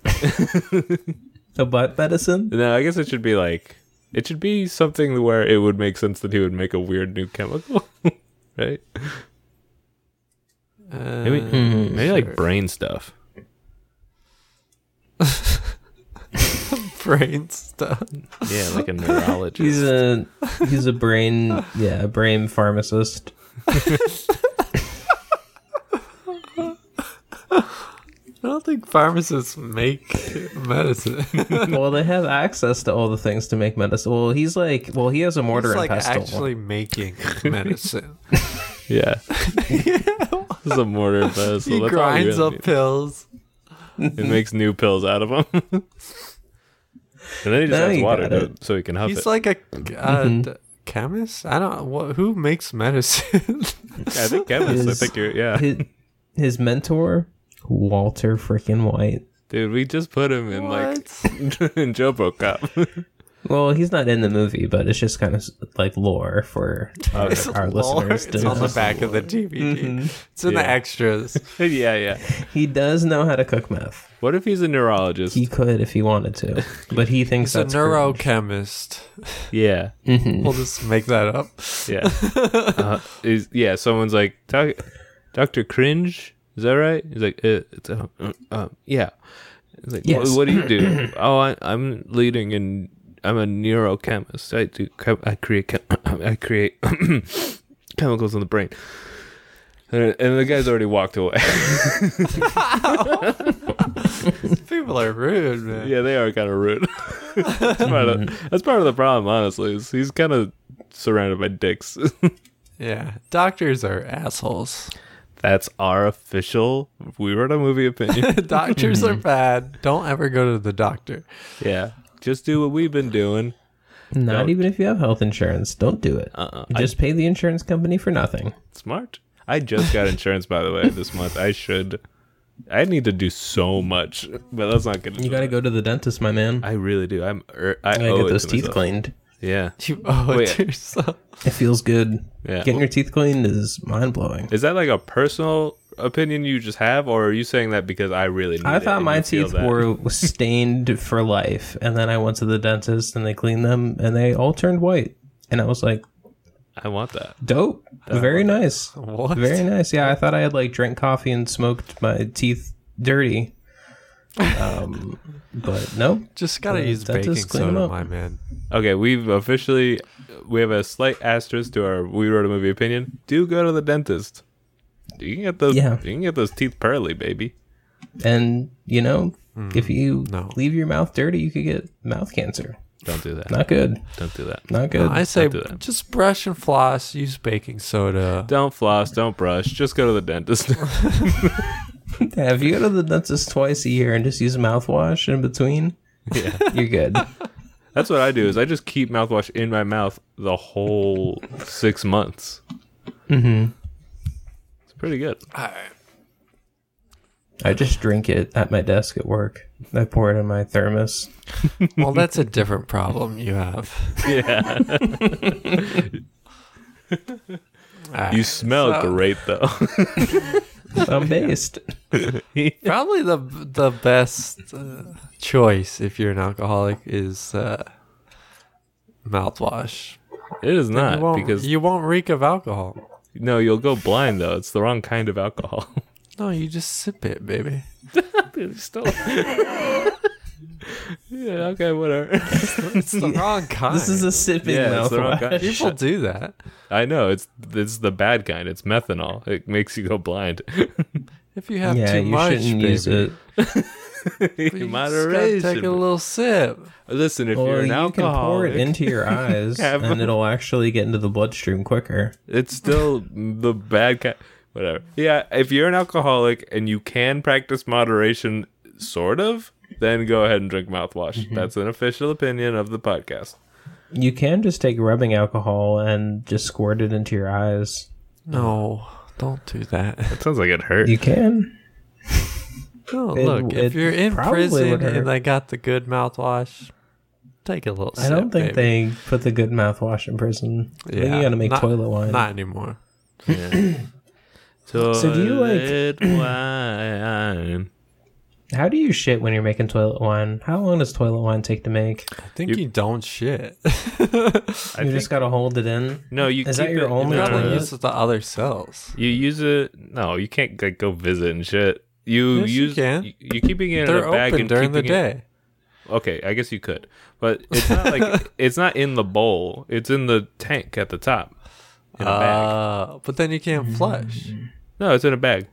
a butt medicine? no, I guess it should be like, it should be something where it would make sense that he would make a weird new chemical, right? Uh, Maybe, maybe like brain stuff. brain stuff. Yeah, like a neurologist. He's a he's a brain yeah, a brain pharmacist. I don't think pharmacists make medicine. Well, they have access to all the things to make medicine. Well, he's like well, he has a mortar it's and like pestle. actually making medicine. Yeah. this is a mortar and pestle. he That's all you grinds really up pills. need. It makes new pills out of them. and then he just Now adds you water got to it. it so he can huff He's it. like a uh, d- chemist. I don't. Wh- who makes medicine? I think chemist. I His- think you're, yeah. his, his mentor, Walter freaking White. Dude, we just put him in what? like, in Jobo Cop. Well, he's not in the movie, but it's just kind of like lore for our, It's our lore. listeners to It's on know. the back of the DVD. It's in Yeah. the extras. yeah, yeah. He does know how to cook meth. What if he's a neurologist? He could if he wanted to, but he thinks He's a that's cringe. neurochemist. yeah. We'll just make that up. Yeah. Uh, is, yeah, someone's like, "Doc- Dr. Cringe? Is that right? He's like, uh, it's, uh, uh, uh, yeah. He's like, Yes. "Wha- what do you do? oh, I, I'm leading and I'm a neurochemist. I do, chem- I create, chem- I create chemicals in the brain. And and the guy's already walked away. People are rude, man. yeah, they are kind of rude. that's, part of, that's part of the problem, honestly. Is he's kind of surrounded by dicks. Yeah. Doctors are assholes. that's our official. We wrote a movie opinion. Doctors are bad. Don't ever go to the doctor. Yeah. Just do what we've been doing. Not Don't. even if you have health insurance. Don't do it. Uh-uh. Just pay the insurance company for nothing. Smart. I just got insurance, by the way, this month. I should. I need to do so much, but that's not good. You got to go to the dentist, my man. I really do. I'm. Er, I I owe get it those to teeth myself. cleaned. Yeah. You owe it Wait. to yourself. It feels good. Yeah. Getting your teeth cleaned is mind blowing. Is that like a personal opinion you just have, or are you saying that because I really need I it thought and my you feel teeth that? were stained for life, and then I went to the dentist and they cleaned them, and they all turned white. And I was like, I want that. "Dope, Oh, very nice, What? very nice." Yeah, I thought I had like drank coffee and smoked my teeth dirty, um, but no. Just gotta The use dentist baking clean 'em soda, up. my man. Okay, we've officially we have a slight asterisk to our we wrote a movie opinion. Do go to the dentist. You can get those. Yeah. You can get those teeth pearly, baby. And you know, if you no. leave your mouth dirty, you could get mouth cancer. Don't do that. Not good. Don't do that. Not good. I say do that. just brush and floss. Use baking soda. Don't floss. Don't brush. Just go to the dentist. Yeah, if you go to the dentist twice a year and just use mouthwash in between, yeah. you're good. That's what I do. Is I just keep mouthwash in my mouth the whole six months. Mm-hmm. It's pretty good. I just drink it at my desk at work. I pour it in my thermos. Well, that's a different problem you have. Yeah. Alright. You smell So- great though. I'm based. Probably the the best uh, choice if you're an alcoholic is uh, mouthwash. it is Uh, you not won't, because you won't reek of alcohol. no, you'll go blind though. It's the wrong kind of alcohol. No, you just sip it, baby. Still. yeah. Okay. Whatever. It's the wrong kind. This is a sipping Yeah, it's the wrong mouthwash. kind. People do that. I know it's it's the bad kind. It's methanol. It makes you go blind. If you have Yeah, too you much, shouldn't baby, use it. you In just gotta take a little sip. Listen, if you're Or an you can pour alcoholic, it into your eyes, Have and it'll actually get into the bloodstream quicker. It's still the bad kind. Whatever. Yeah, if you're an alcoholic and you can practice moderation, sort of, then go ahead and drink mouthwash. Mm-hmm. That's an official opinion of the podcast. You can just take rubbing alcohol and just squirt it into your eyes. No, don't do that. It sounds like it hurt. You can. No, It- look, it if you're in probably would prison hurt. and they got the good mouthwash, take a little. I don't sip, think baby. they put the good mouthwash in prison. I think Yeah, you got to make not- toilet wine. Not anymore. do you, like- Toilet wine. How do you shit when you're making toilet wine? How long does toilet wine take to make? I think You- you, don't shit. I you think, just got to hold it in. no, you Is that keep your it- only no, no, toilet? no. Probably uses the other cells. You use it. No, you can't like, go visit and shit. You Yes, you use. can. You, you're keeping it in They're a bag open and during the keeping it- day. Okay, I guess you could, but it's not like it's not in the bowl. It's in the tank at the top. In a bag. Uh, but then you can't flush. No, it's in a bag.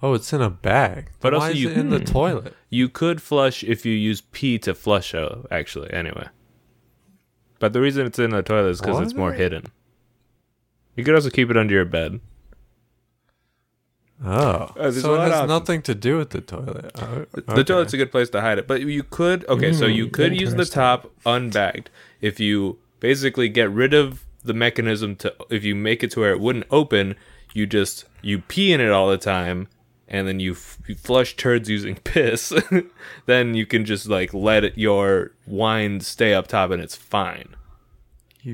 Oh, it's in a bag. But But also why is you- Hmm. it in the toilet? You could flush if you use pee to flush out. Actually, anyway. But the reason it's in the toilet is because it's more What? hidden. You could also keep it under your bed. Oh, Uh, there's a so it lot has of options. nothing to do with the toilet. Oh, The okay. Hmm, toilet's a good place to hide it, but you could okay, so you could use the interesting. top unbagged if you basically get rid of the mechanism to if you make it to where it wouldn't open, you just you pee in it all the time, and then you, f- you flush turds using piss. then you can just like let it, your wine stay up top, and it's fine.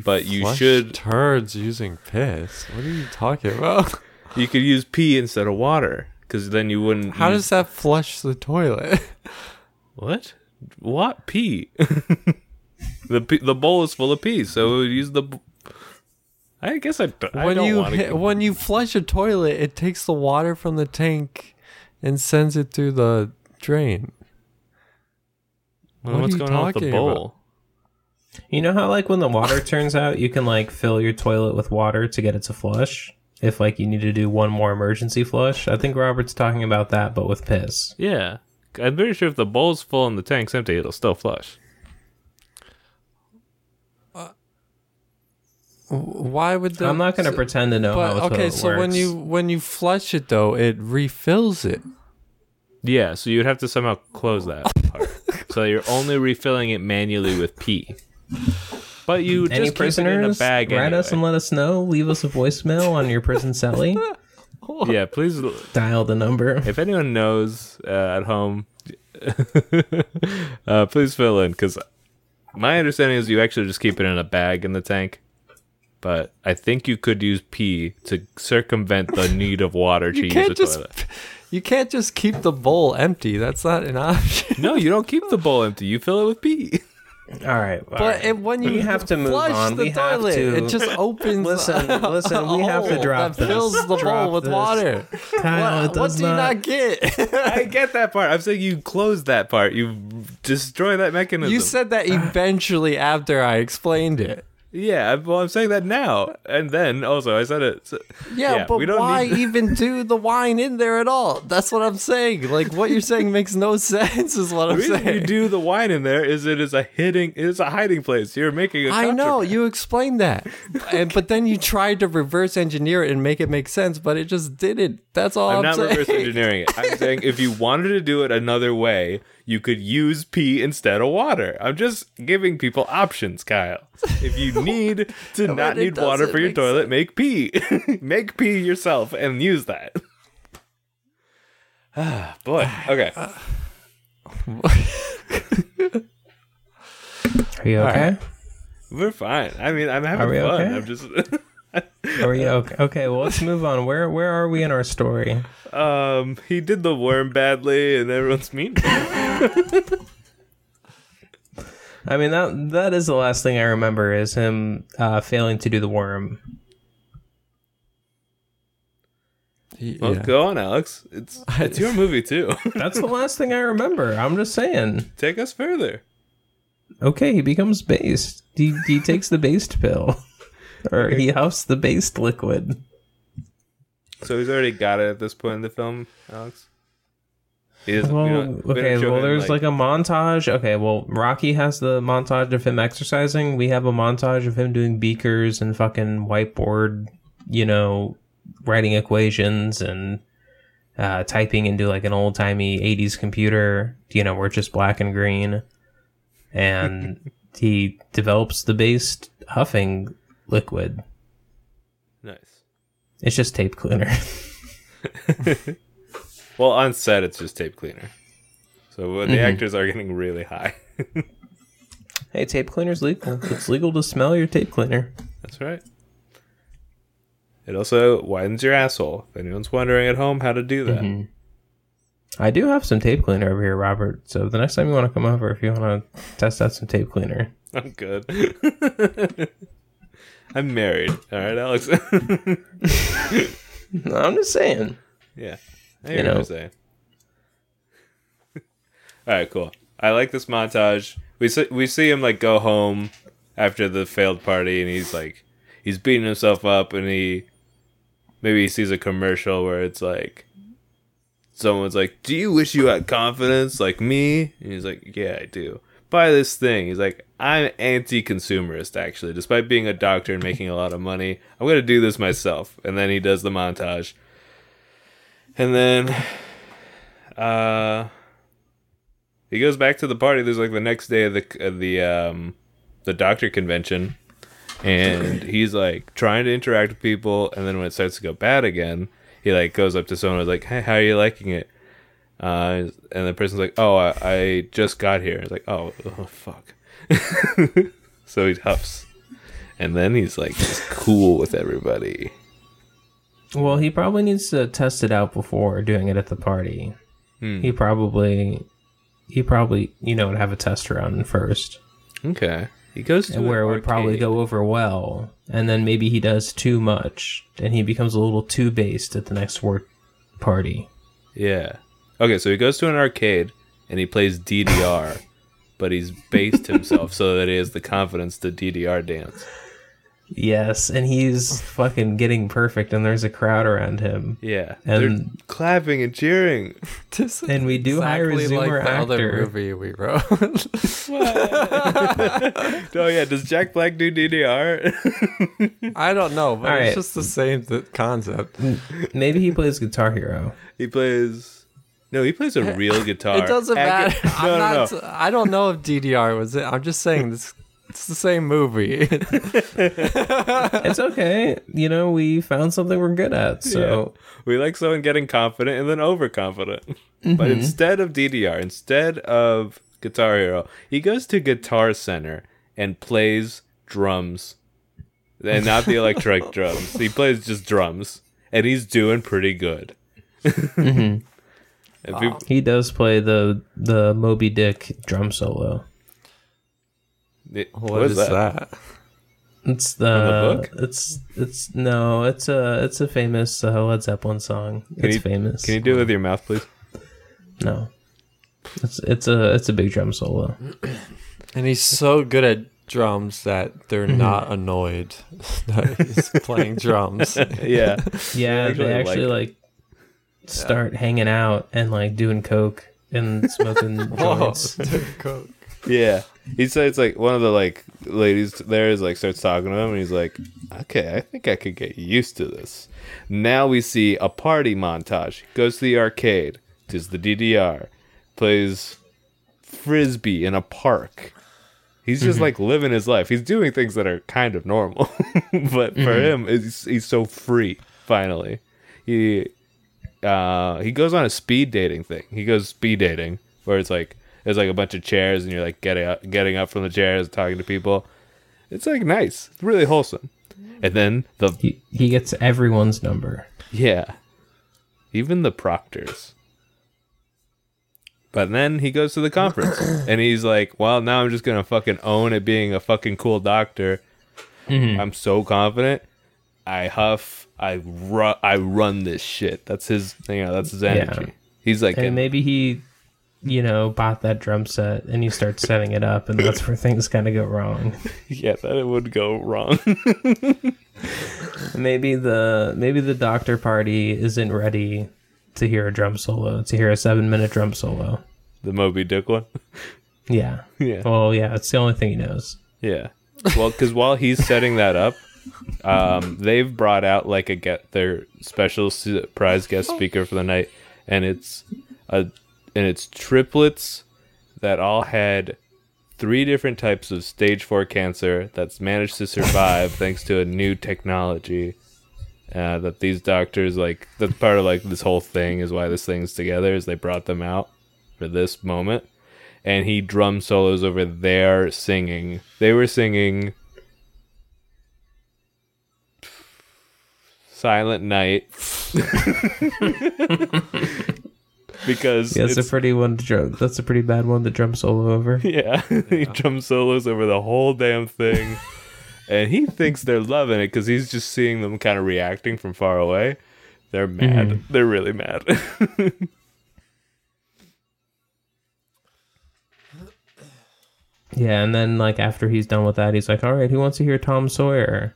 but you flush should- turds using piss. What are you talking about? You could use pee instead of water because then you wouldn't. Mm. How use- does that flush the toilet? What? What pee? the pee, the bowl is full of pee, so we would use the. b- I guess I, d- I when don't you want hit- to. when you flush a toilet, it takes the water from the tank and sends it through the drain. what are what's you going on with the talking bowl? You know how like when the water turns out, you can like fill your toilet with water to get it to flush. If like you need to do one more emergency flush, I think Robert's talking about that, but with piss. Yeah, I'm pretty sure if the bowl's full and the tank's empty, it'll still flush. Why would the I'm not going to pretend to know how a But okay, toilet so when works. you when you flush it though, it refills it. Yeah, so you'd have to somehow close that part. So you're only refilling it manually with pee. But you any just keep it in a prisoners, bag write anyway. us and let us know. Leave us a voicemail on your prison celly. yeah, please l- Dial the number. if anyone knows uh, at home, uh, please fill in because My understanding is you actually just keep it in a bag in the tank, but I think you could use pee to circumvent the need of water to You use a can't just toilet. you can't just keep the bowl empty. That's not an option. No, you don't keep the bowl empty. You fill it with pee. All right. all But right. and when you we have to move flush on. the we toilet, have to it just opens. Listen, a- listen, a we have to hole drop that this. fills the Drop bowl with this. water. Kyle, what, it what does do you not get? I get that part. I'm saying you close that part. You destroy that mechanism. you said that eventually after I explained it. yeah. I'm- Well, I'm saying that now and then also. I said it. so- Yeah, but we don't why need- even do the wine in there at all? That's what I'm saying. Like what you're saying makes no sense. Is what The I'm reason saying. you do the wine in there is it is a hiding. It is a hiding place. You're making a. I know contraband. you explained that, and but then you tried to reverse engineer it and make it make sense, but it just didn't. That's all I'm, I'm not saying. reverse engineering it. I'm saying if you wanted to do it another way, you could use pee instead of water. I'm just giving people options, Kyle. If you need to but not it need water doesn't for your make toilet, make pee. make pee yourself and use that. Ah, boy. Okay. Are you okay? We're fine. I mean, I'm having Are we fun. okay? I'm just Are you okay? Okay, well, let's move on. Where where are we in our story? um he did the worm badly and everyone's mean. to him. I mean that that is the last thing I remember is him uh, failing to do the worm. Well, go on, Alex. It's it's your movie too. That's the last thing I remember. I'm just saying. Take us further. Okay, he becomes based. He he takes the based pill, or he huffs the based liquid. So he's already got it at this point in the film, Alex. He doesn't- we Well, don't- we don't okay. show Well, him, there's like a montage. Okay. Well, Rocky has the montage of him exercising. We have a montage of him doing beakers and fucking whiteboard, you know, writing equations and uh, typing into like an old timey '80s computer. You know, where it's just black and green, and he develops the based huffing liquid. nice. It's just tape cleaner. Well, on set it's just tape cleaner. So uh, the Mm-hmm. actors are getting really high. hey, tape cleaner's legal. It's legal to smell your tape cleaner. That's right. It also widens your asshole. If anyone's wondering at home how to do that, Mm-hmm. I do have some tape cleaner over here, Robert. So the next time you want to come over, if you want to test out some tape cleaner, I'm good. I'm married. All right, Alex. I'm just saying. yeah, I You hear what know. you're saying. All right, cool. I like this montage. We see, we see him like go home after the failed party, and he's like, he's beating himself up, and he maybe he sees a commercial where it's like, someone's like, "Do you wish you had confidence like me?" And he's like, "Yeah, I do." Buy this thing. He's like, "I'm anti-consumerist actually. Despite being a doctor and making a lot of money, I'm going to do this myself." And then he does the montage. And then uh he goes back to the party. There's like the next day of the of the um the doctor convention and he's like trying to interact with people and then when it starts to go bad again he like goes up to someone and is like hey how are you liking it uh, and the person's like oh i, I just got here it's like oh, oh fuck so he huffs and then he's like just cool with everybody Well, he probably needs to test it out before doing it at the party. Hmm. He probably, he probably, you know, would have a test run first, okay he goes to and where it an would probably arcade. go over well. And then maybe he does too much, and he becomes a little too based at the next work party. yeah okay so he goes to an arcade and he plays ddr but he's based himself so that he has the confidence to ddr dance Yes, and he's fucking getting perfect, and there's a crowd around him. yeah they're And- clapping and cheering This is And we do hire a exactly Zoomer like the other actor. movie we wrote. Oh yeah, does Jack Black do DDR? I don't know, but All right. it's just the same th- concept. Maybe he plays Guitar Hero. he plays. No, he plays a real guitar. It doesn't Ac- matter. No, I'm no, not, no. I don't know if DDR was it. I'm just saying this. It's the same movie. it's okay. You know, we found something we're good at. So We like someone getting confident and then overconfident. But instead of DDR, instead of Guitar Hero. He goes to Guitar Center and plays drums, and not the electric drums. He plays just drums, and he's doing pretty good. And peop- He does play the the Moby Dick drum solo. it- What is that? It's the, the book? It's it's no, it's a it's a famous uh, Led Zeppelin song. it's you- famous. Can you do it with your mouth, please? no, it's it's a it's a big drum solo. And he's so good at drums that they're not annoyed that he's playing drums. Yeah. Yeah, actually they actually like, start hanging out and like doing coke and smoking Whoa, joints. dude, Oh, coke. Yeah. He says like one of the like ladies there is like starts talking to him and he's like, Okay, I think I could get used to this. Now we see a party montage. Goes to the arcade, does the DDR, plays frisbee in a park. He's just like living his life. He's doing things that are kind of normal, but for him, he's, he's so free. Finally, he uh, he goes on a speed dating thing. He goes speed dating where it's like there's like a bunch of chairs and you're like getting up, getting up from the chairs, talking to people. It's like nice, it's really wholesome. And then the He he gets everyone's number. yeah. Even the proctors. But then he goes to the conference and he's like, well, now I'm just going to fucking own it being a fucking cool doctor. I'm so confident. I huff. I, ru- I run this shit. That's his, you know, that's his energy. He's like, And maybe he, you know, bought that drum set and he starts setting it up, and that's where things kind of go wrong. yeah, that would go wrong. Maybe the maybe the doctor party isn't ready to hear a drum solo, to hear a seven minute drum solo. the Moby Dick one. Yeah. Yeah. Well, yeah, it's the only thing he knows. Yeah. Well, because while he's setting that up, um, they've brought out like a get their special surprise guest speaker for the night, and it's a and it's triplets that all had three different types of stage four cancer that's managed to survive thanks to a new technology uh, that these doctors like. That's part of like this whole thing is why this thing's together is they brought them out for this moment and he drum solos over their singing. They were singing Silent Night. because Yeah, it's, it's- a pretty one to drum. That's a pretty bad one to drum solo over. yeah, he drum solos over the whole damn thing. and he thinks they're loving it because he's just seeing them kind of reacting from far away. They're mad. They're really mad. Yeah, and then like after he's done with that, he's like, "All right, who wants to hear Tom Sawyer?"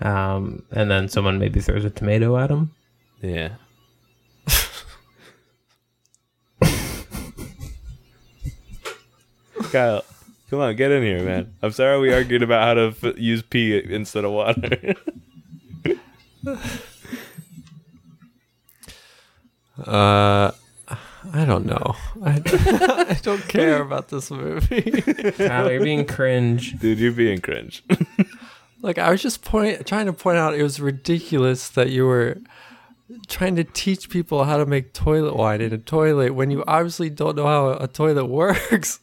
Um, and then someone maybe throws a tomato at him. yeah. Kyle, come on, get in here, man. I'm sorry we argued about how to f- use pee instead of water. Uh, I don't know. I, I don't care about this movie. Kyle, you're being cringe. Dude, you're being cringe. Like I was just point trying to point out it was ridiculous that you were trying to teach people how to make toilet wine in a toilet when you obviously don't know how a toilet works.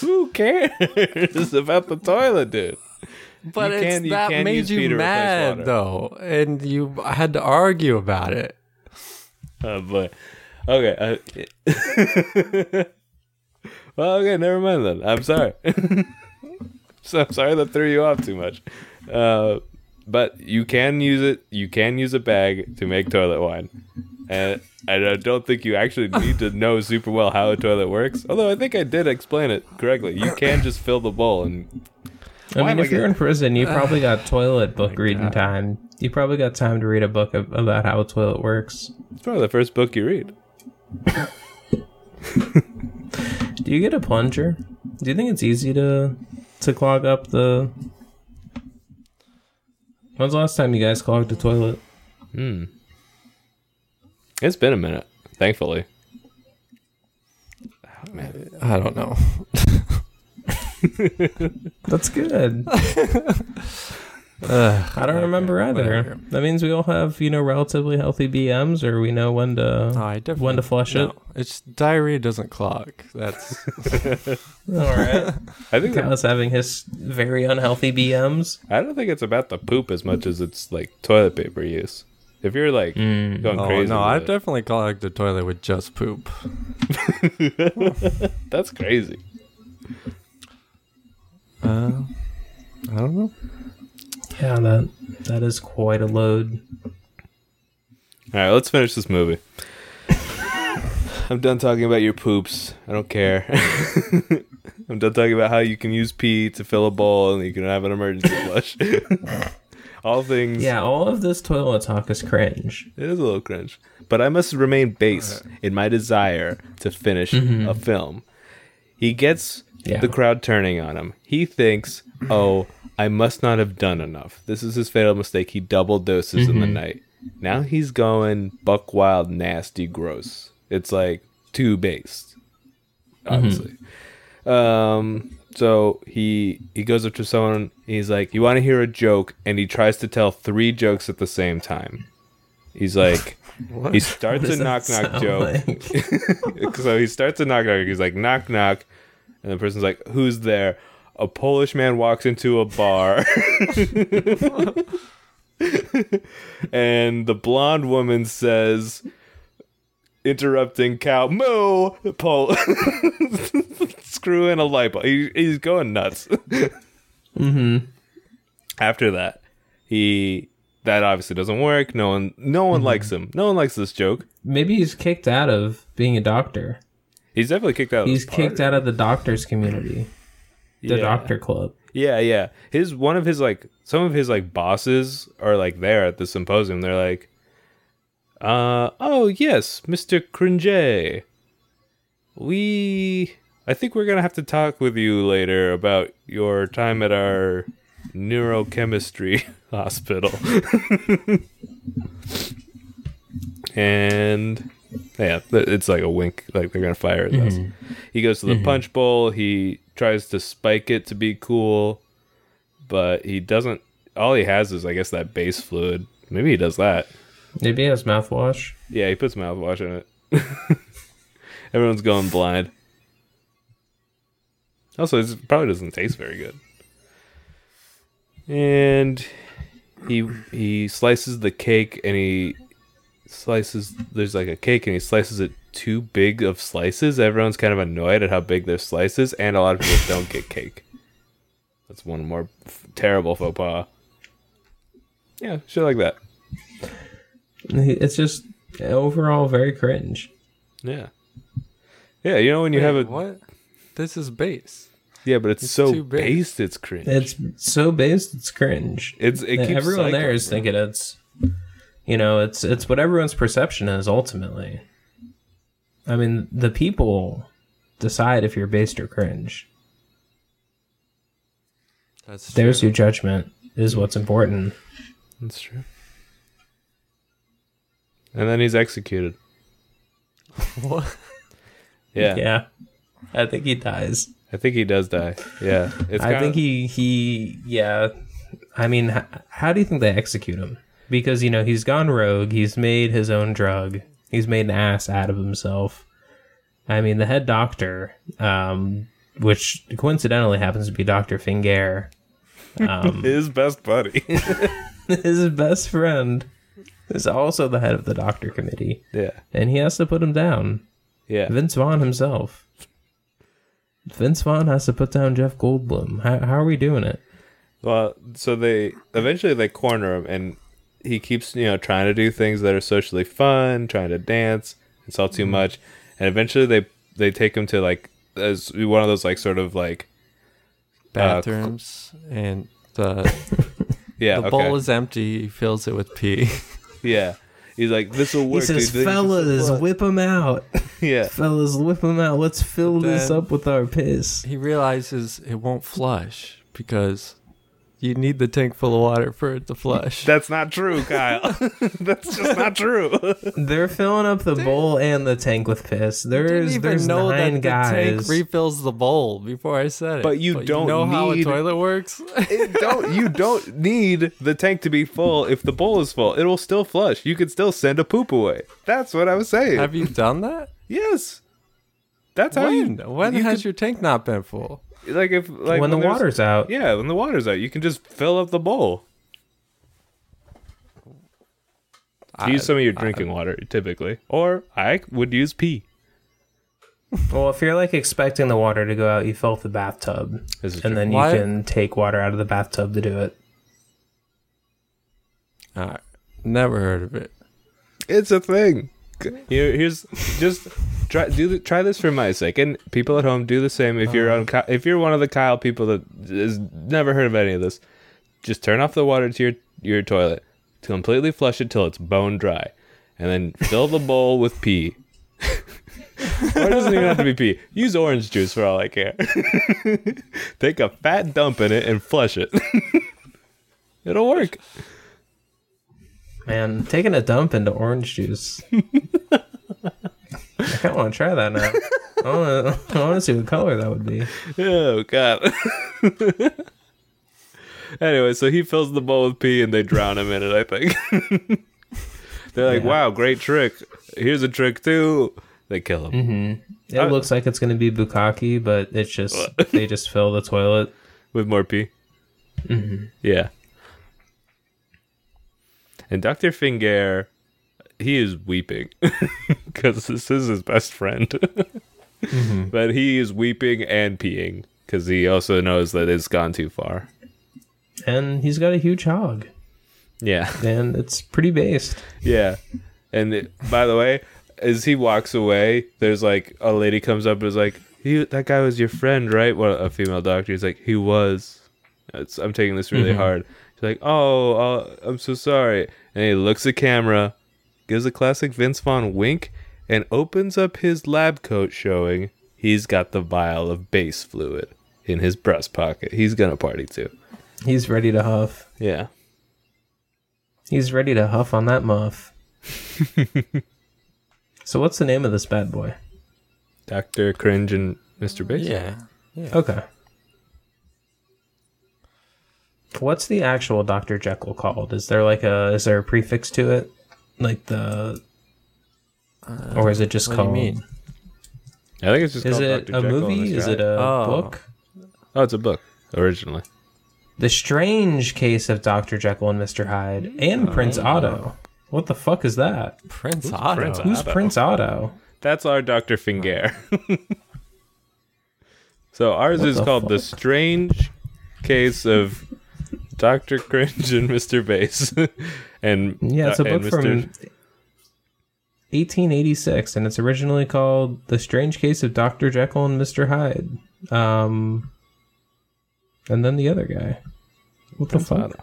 Who cares about the toilet, dude? but You it's, can- you that can made use pee to you replace mad water. though, and you had to argue about it. Oh boy. Okay. Uh, well, okay. Never mind then. I'm sorry. so I'm sorry that threw you off too much. Uh, but you can use it. You can use a bag to make toilet wine, and, and I don't think you actually need to know super well how a toilet works. Although I think I did explain it correctly. You can just fill the bowl and I mean, am I if you're getting- in prison, you probably got toilet Oh book reading time. You probably got time to read a book ab- about how a toilet works. it's probably the first book you read. Do you get a plunger? Do you think it's easy to to clog up the? When's the last time you guys clogged the toilet? It's been a minute, thankfully. I don't know. That's good. I don't remember either. whatever. That means we all have, you know, relatively healthy BMs, or we know when to No, Oh, I definitely when to flush no. It's diarrhea doesn't clog. That's it. All right, I think that, Kyle's having his very unhealthy BMs. I don't think it's about the poop as much as it's like toilet paper use. If you're like going oh crazy, no, with I it, definitely clogged the toilet with just poop. that's crazy. Uh, I don't know. Yeah, that that is quite a load. All right, let's finish this movie. I'm done talking about your poops. I don't care. I'm done talking about how you can use pee to fill a bowl and you can have an emergency flush. All things. Yeah, all of this toilet talk is cringe. It is a little cringe. But I must remain base in my desire to finish a film. He gets Yeah. the crowd turning on him. He thinks, oh, I must not have done enough. This is his fatal mistake. He double doses in the night. Now he's going buck wild, nasty, gross. It's like too based, obviously. Um, so he he goes up to someone. He's like, "You want to hear a joke?" And he tries to tell three jokes at the same time. He's like, he starts a Does that knock sound knock joke. like? so he starts a knock knock. He's like, knock knock, and the person's like, "Who's there?" A Polish man walks into a bar. and the blonde woman says, interrupting cow, moo, Pol- screw in a light bulb. He, he's going nuts. mm-hmm. Mm-hmm. After that, he that obviously doesn't work. No one, no Mm-hmm. one likes him. No one likes this joke. Maybe he's kicked out of being a doctor. He's definitely kicked out. He's of the party. kicked out of the doctors community, the Yeah. doctor club. Yeah, yeah. His one of his like some of his like bosses are like there at the symposium. They're like, uh, oh yes, Mister Cringe. We, I think we're gonna have to talk with you later about your time at our neurochemistry hospital. and yeah, th- it's like a wink, like they're gonna fire his ass. He goes to the punch bowl. He tries to spike it to be cool, but he doesn't. All he has is, I guess, that base fluid. Maybe he does that. Maybe he has mouthwash. Yeah, he puts mouthwash in it. Everyone's going blind. Also, it probably doesn't taste very good. And he he slices the cake and he slices there's like a cake and he slices it too big of slices. Everyone's kind of annoyed at how big their slices and a lot of people don't get cake. That's one more f- terrible faux pas. Yeah, shit like that. It's just overall very cringe. Yeah. Yeah, you know when you have a what? This is base. yeah, but it's, so too big. based it's cringe. It's so based, it's cringe. it's it keeps everyone cycling. there is thinking it's, you know, it's it's what everyone's perception is ultimately. I mean, the people decide if you're based or cringe. That's There's your judgment. Is what's important. That's true. And then he's executed. What? Yeah, Yeah, I think he dies. I think he does die. Yeah, it's. I kinda- think he he yeah. I mean, h- how do you think they execute him? Because you know he's gone rogue. He's made his own drug. He's made an ass out of himself. I mean, the head doctor, um, which coincidentally happens to be Doctor Finger, his best buddy. his best friend, is also the head of the doctor committee, yeah, and he has to put him down. yeah. Vince Vaughn himself. Vince Vaughn has to put down Jeff Goldblum. How, how are we doing it? Well, so they eventually they corner him, and he keeps you know trying to do things that are socially fun, trying to dance. It's all too Mm-hmm. much, and eventually they they take him to like as one of those like sort of like Uh, Bathrooms and the yeah the okay. bowl is empty. He fills it with pee. Yeah. He's like, this will work. He says, dude. "Fellas, whip him out, Yeah. fellas, whip him out. Let's fill this Then- up with our piss." he realizes it won't flush because You need the tank full of water for it to flush. That's not true, Kyle. That's just not true. They're filling up the bowl and the tank with piss. didn't There's even there's know that nine the guys. tank refills the bowl before I said it. But you don't know how a need- toilet works. It don't you don't need the tank to be full if the bowl is full. It'll still flush. You can still send a poop away. That's what I was saying. Have you done that? yes. That's how When? you when you has your tank not been full? could- like if like when the there's- water's out, Yeah, when the water's out, you can just fill up the bowl. I- Use some of your drinking water typically. Or I would use pee. well, if you're like expecting the water to go out, you fill up the bathtub, This is true. and then Why- you can take water out of the bathtub to do it. Uh, never heard of it. It's a thing. Here, here's just try do th- try this for my sake, and people at home do the same. If you're on, Ky- if you're one of the Kyle people that has never heard of any of this, just turn off the water to your your toilet, completely flush it till it's bone dry, and then fill the bowl with pee. or it doesn't even have to be pee. Use orange juice for all I care. Take a fat dump in it and flush it. It'll work. Man, taking a dump into orange juice. I kind of want to try that now. I want to I wanna see what color that would be. Oh god. anyway, so he fills the bowl with pee and they drown him in it, I think. They're like, "Wow, great trick. Here's a trick too." They kill him. Uh, It looks like it's going to be bukkake, but it's just they just fill the toilet. with more pee. Yeah. And Dr. Finger, he is weeping because this is his best friend. But he is weeping and peeing because he also knows that it's gone too far. And he's got a huge hog, Yeah. and it's pretty based. Yeah. And it- by the way, as he walks away, there's like a lady comes up and is like, he, that guy was your friend, right? Well, a female doctor. He's like, he was. It's, I'm taking this Mm-hmm. really hard. She's like, oh, uh, I'm so sorry. And he looks at camera, gives a classic Vince Vaughn wink, and opens up his lab coat, showing he's got the vial of base fluid in his breast pocket. He's gonna party too. He's ready to huff. Yeah. He's ready to huff on that muff. so, what's the name of this bad boy? Dr. Cringe and Mr. Base. Yeah. Okay. What's the actual Dr. Jekyll called? Is there like a is there a prefix to it? Like the or is it just Uh, what do you called mean? I think it's just Is called it Dr. a Jekyll and movie? Mr. Is Hyde. it a Oh. book? Oh, it's a book originally. The Strange Case of Dr. Jekyll and Mr. Hyde and Prince Otto. What the fuck is that? Prince Otto. Prince Otto? Who's Prince Otto? That's our Dr. Finger. so ours What is the called The fuck? Strange Case of Dr. Cringe and Mr. Bass. and uh, Yeah, it's a and book from Mr. 1886, and it's originally called "The Strange Case of Doctor Jekyll and Mister Hyde." Um, and then the other guy. What the fuck?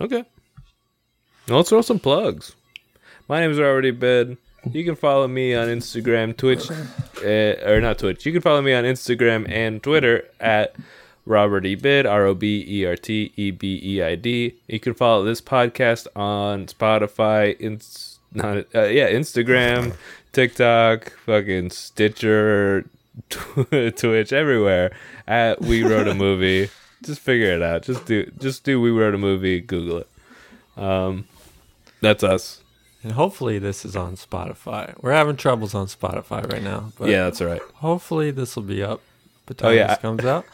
Okay. Now let's throw some plugs. My name's already bed. You can follow me on Instagram, Twitch, uh, or not Twitch. You can follow me on Instagram and Twitter at Robert E. Bid, R O B E R T E B E I D. You can follow this podcast on Spotify, ins- not, uh, yeah, Instagram, TikTok, fucking Stitcher, tw- Twitch, everywhere at We Wrote a Movie. just figure it out. Just do, just do We Wrote a Movie. Google it. Um, that's us. And hopefully this is on Spotify. We're having troubles on Spotify right now. But yeah, that's all right. Hopefully this will be up by the time yeah. this comes out.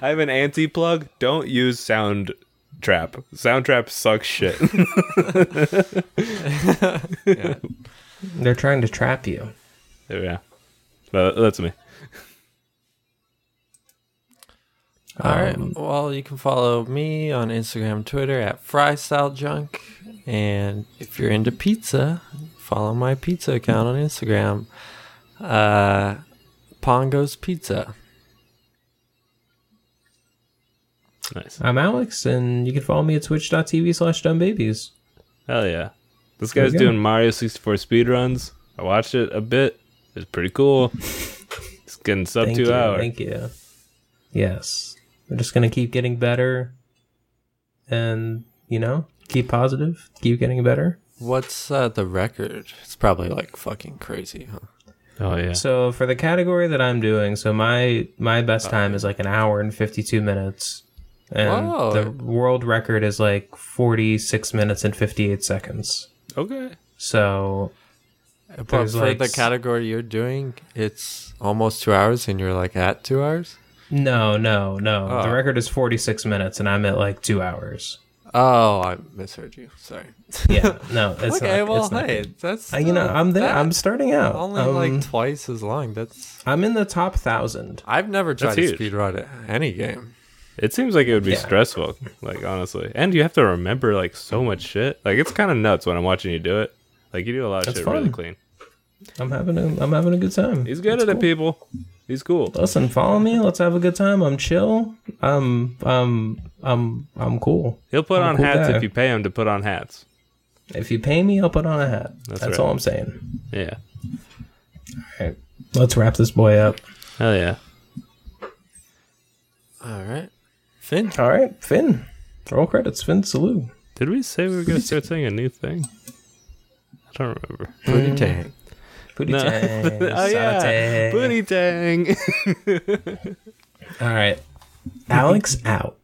I have an anti plug. Don't use sound trap. Sound trap sucks shit. They're trying to trap you. yeah. But that's me. All right. Um, Well, you can follow me on Instagram, Twitter at FryStyleJunk. And if you're into pizza, follow my pizza account on Instagram, uh, Pongo's Pizza. Nice. I'm Alex, and you can follow me at twitch.tv slash dumbbabies. Hell yeah. This guy's There you go. doing Mario 64 speedruns. I watched it a bit. It's pretty cool. It's getting sub Thank two you. hours. Thank you. Yes. We're just gonna keep getting better, and you know, keep positive, keep getting better. What's uh, the record? It's probably like fucking crazy, huh? Oh yeah. So for the category that I'm doing, so my my best time is like an hour and 52 minutes, and Wow. the world record is like 46 minutes and 58 seconds. Okay. So But There's for like the s- category you're doing, it's almost two hours, and you're like at two hours. no, no, no. The Oh. record is 46 minutes, and I'm at like two hours. Oh, I misheard you. Sorry. Yeah, no, it's okay, not. well, it's not hey, good. that's Uh, you know, not I'm there. bad. I'm starting out. only Um, like twice as long. That's I'm in the top thousand. I've never tried That's to huge. speed run any game. It seems like it would be Yeah. stressful, like honestly. And you have to remember like so much shit. Like it's kind of nuts when I'm watching you do it. Like you do a lot of That's shit fun. really clean. I'm having a I'm having a good time. He's good It's at it, cool. people. He's cool. Listen, follow me. Let's have a good time. I'm chill. I'm I'm I'm I'm cool. He'll put I'm a on cool hats guy. if you pay him to put on hats. If you pay me, I'll put on a hat. That's, That's right. all I'm saying. Yeah. All right, let's wrap this boy up. Hell yeah. All right, Finn. All right, Finn. Roll credits, Finn. Salute. Did we say we were gonna start saying a new thing? I don't remember. Pretty dang. Booty No. tang. oh yeah, saute. booty tang. All right, Alex out.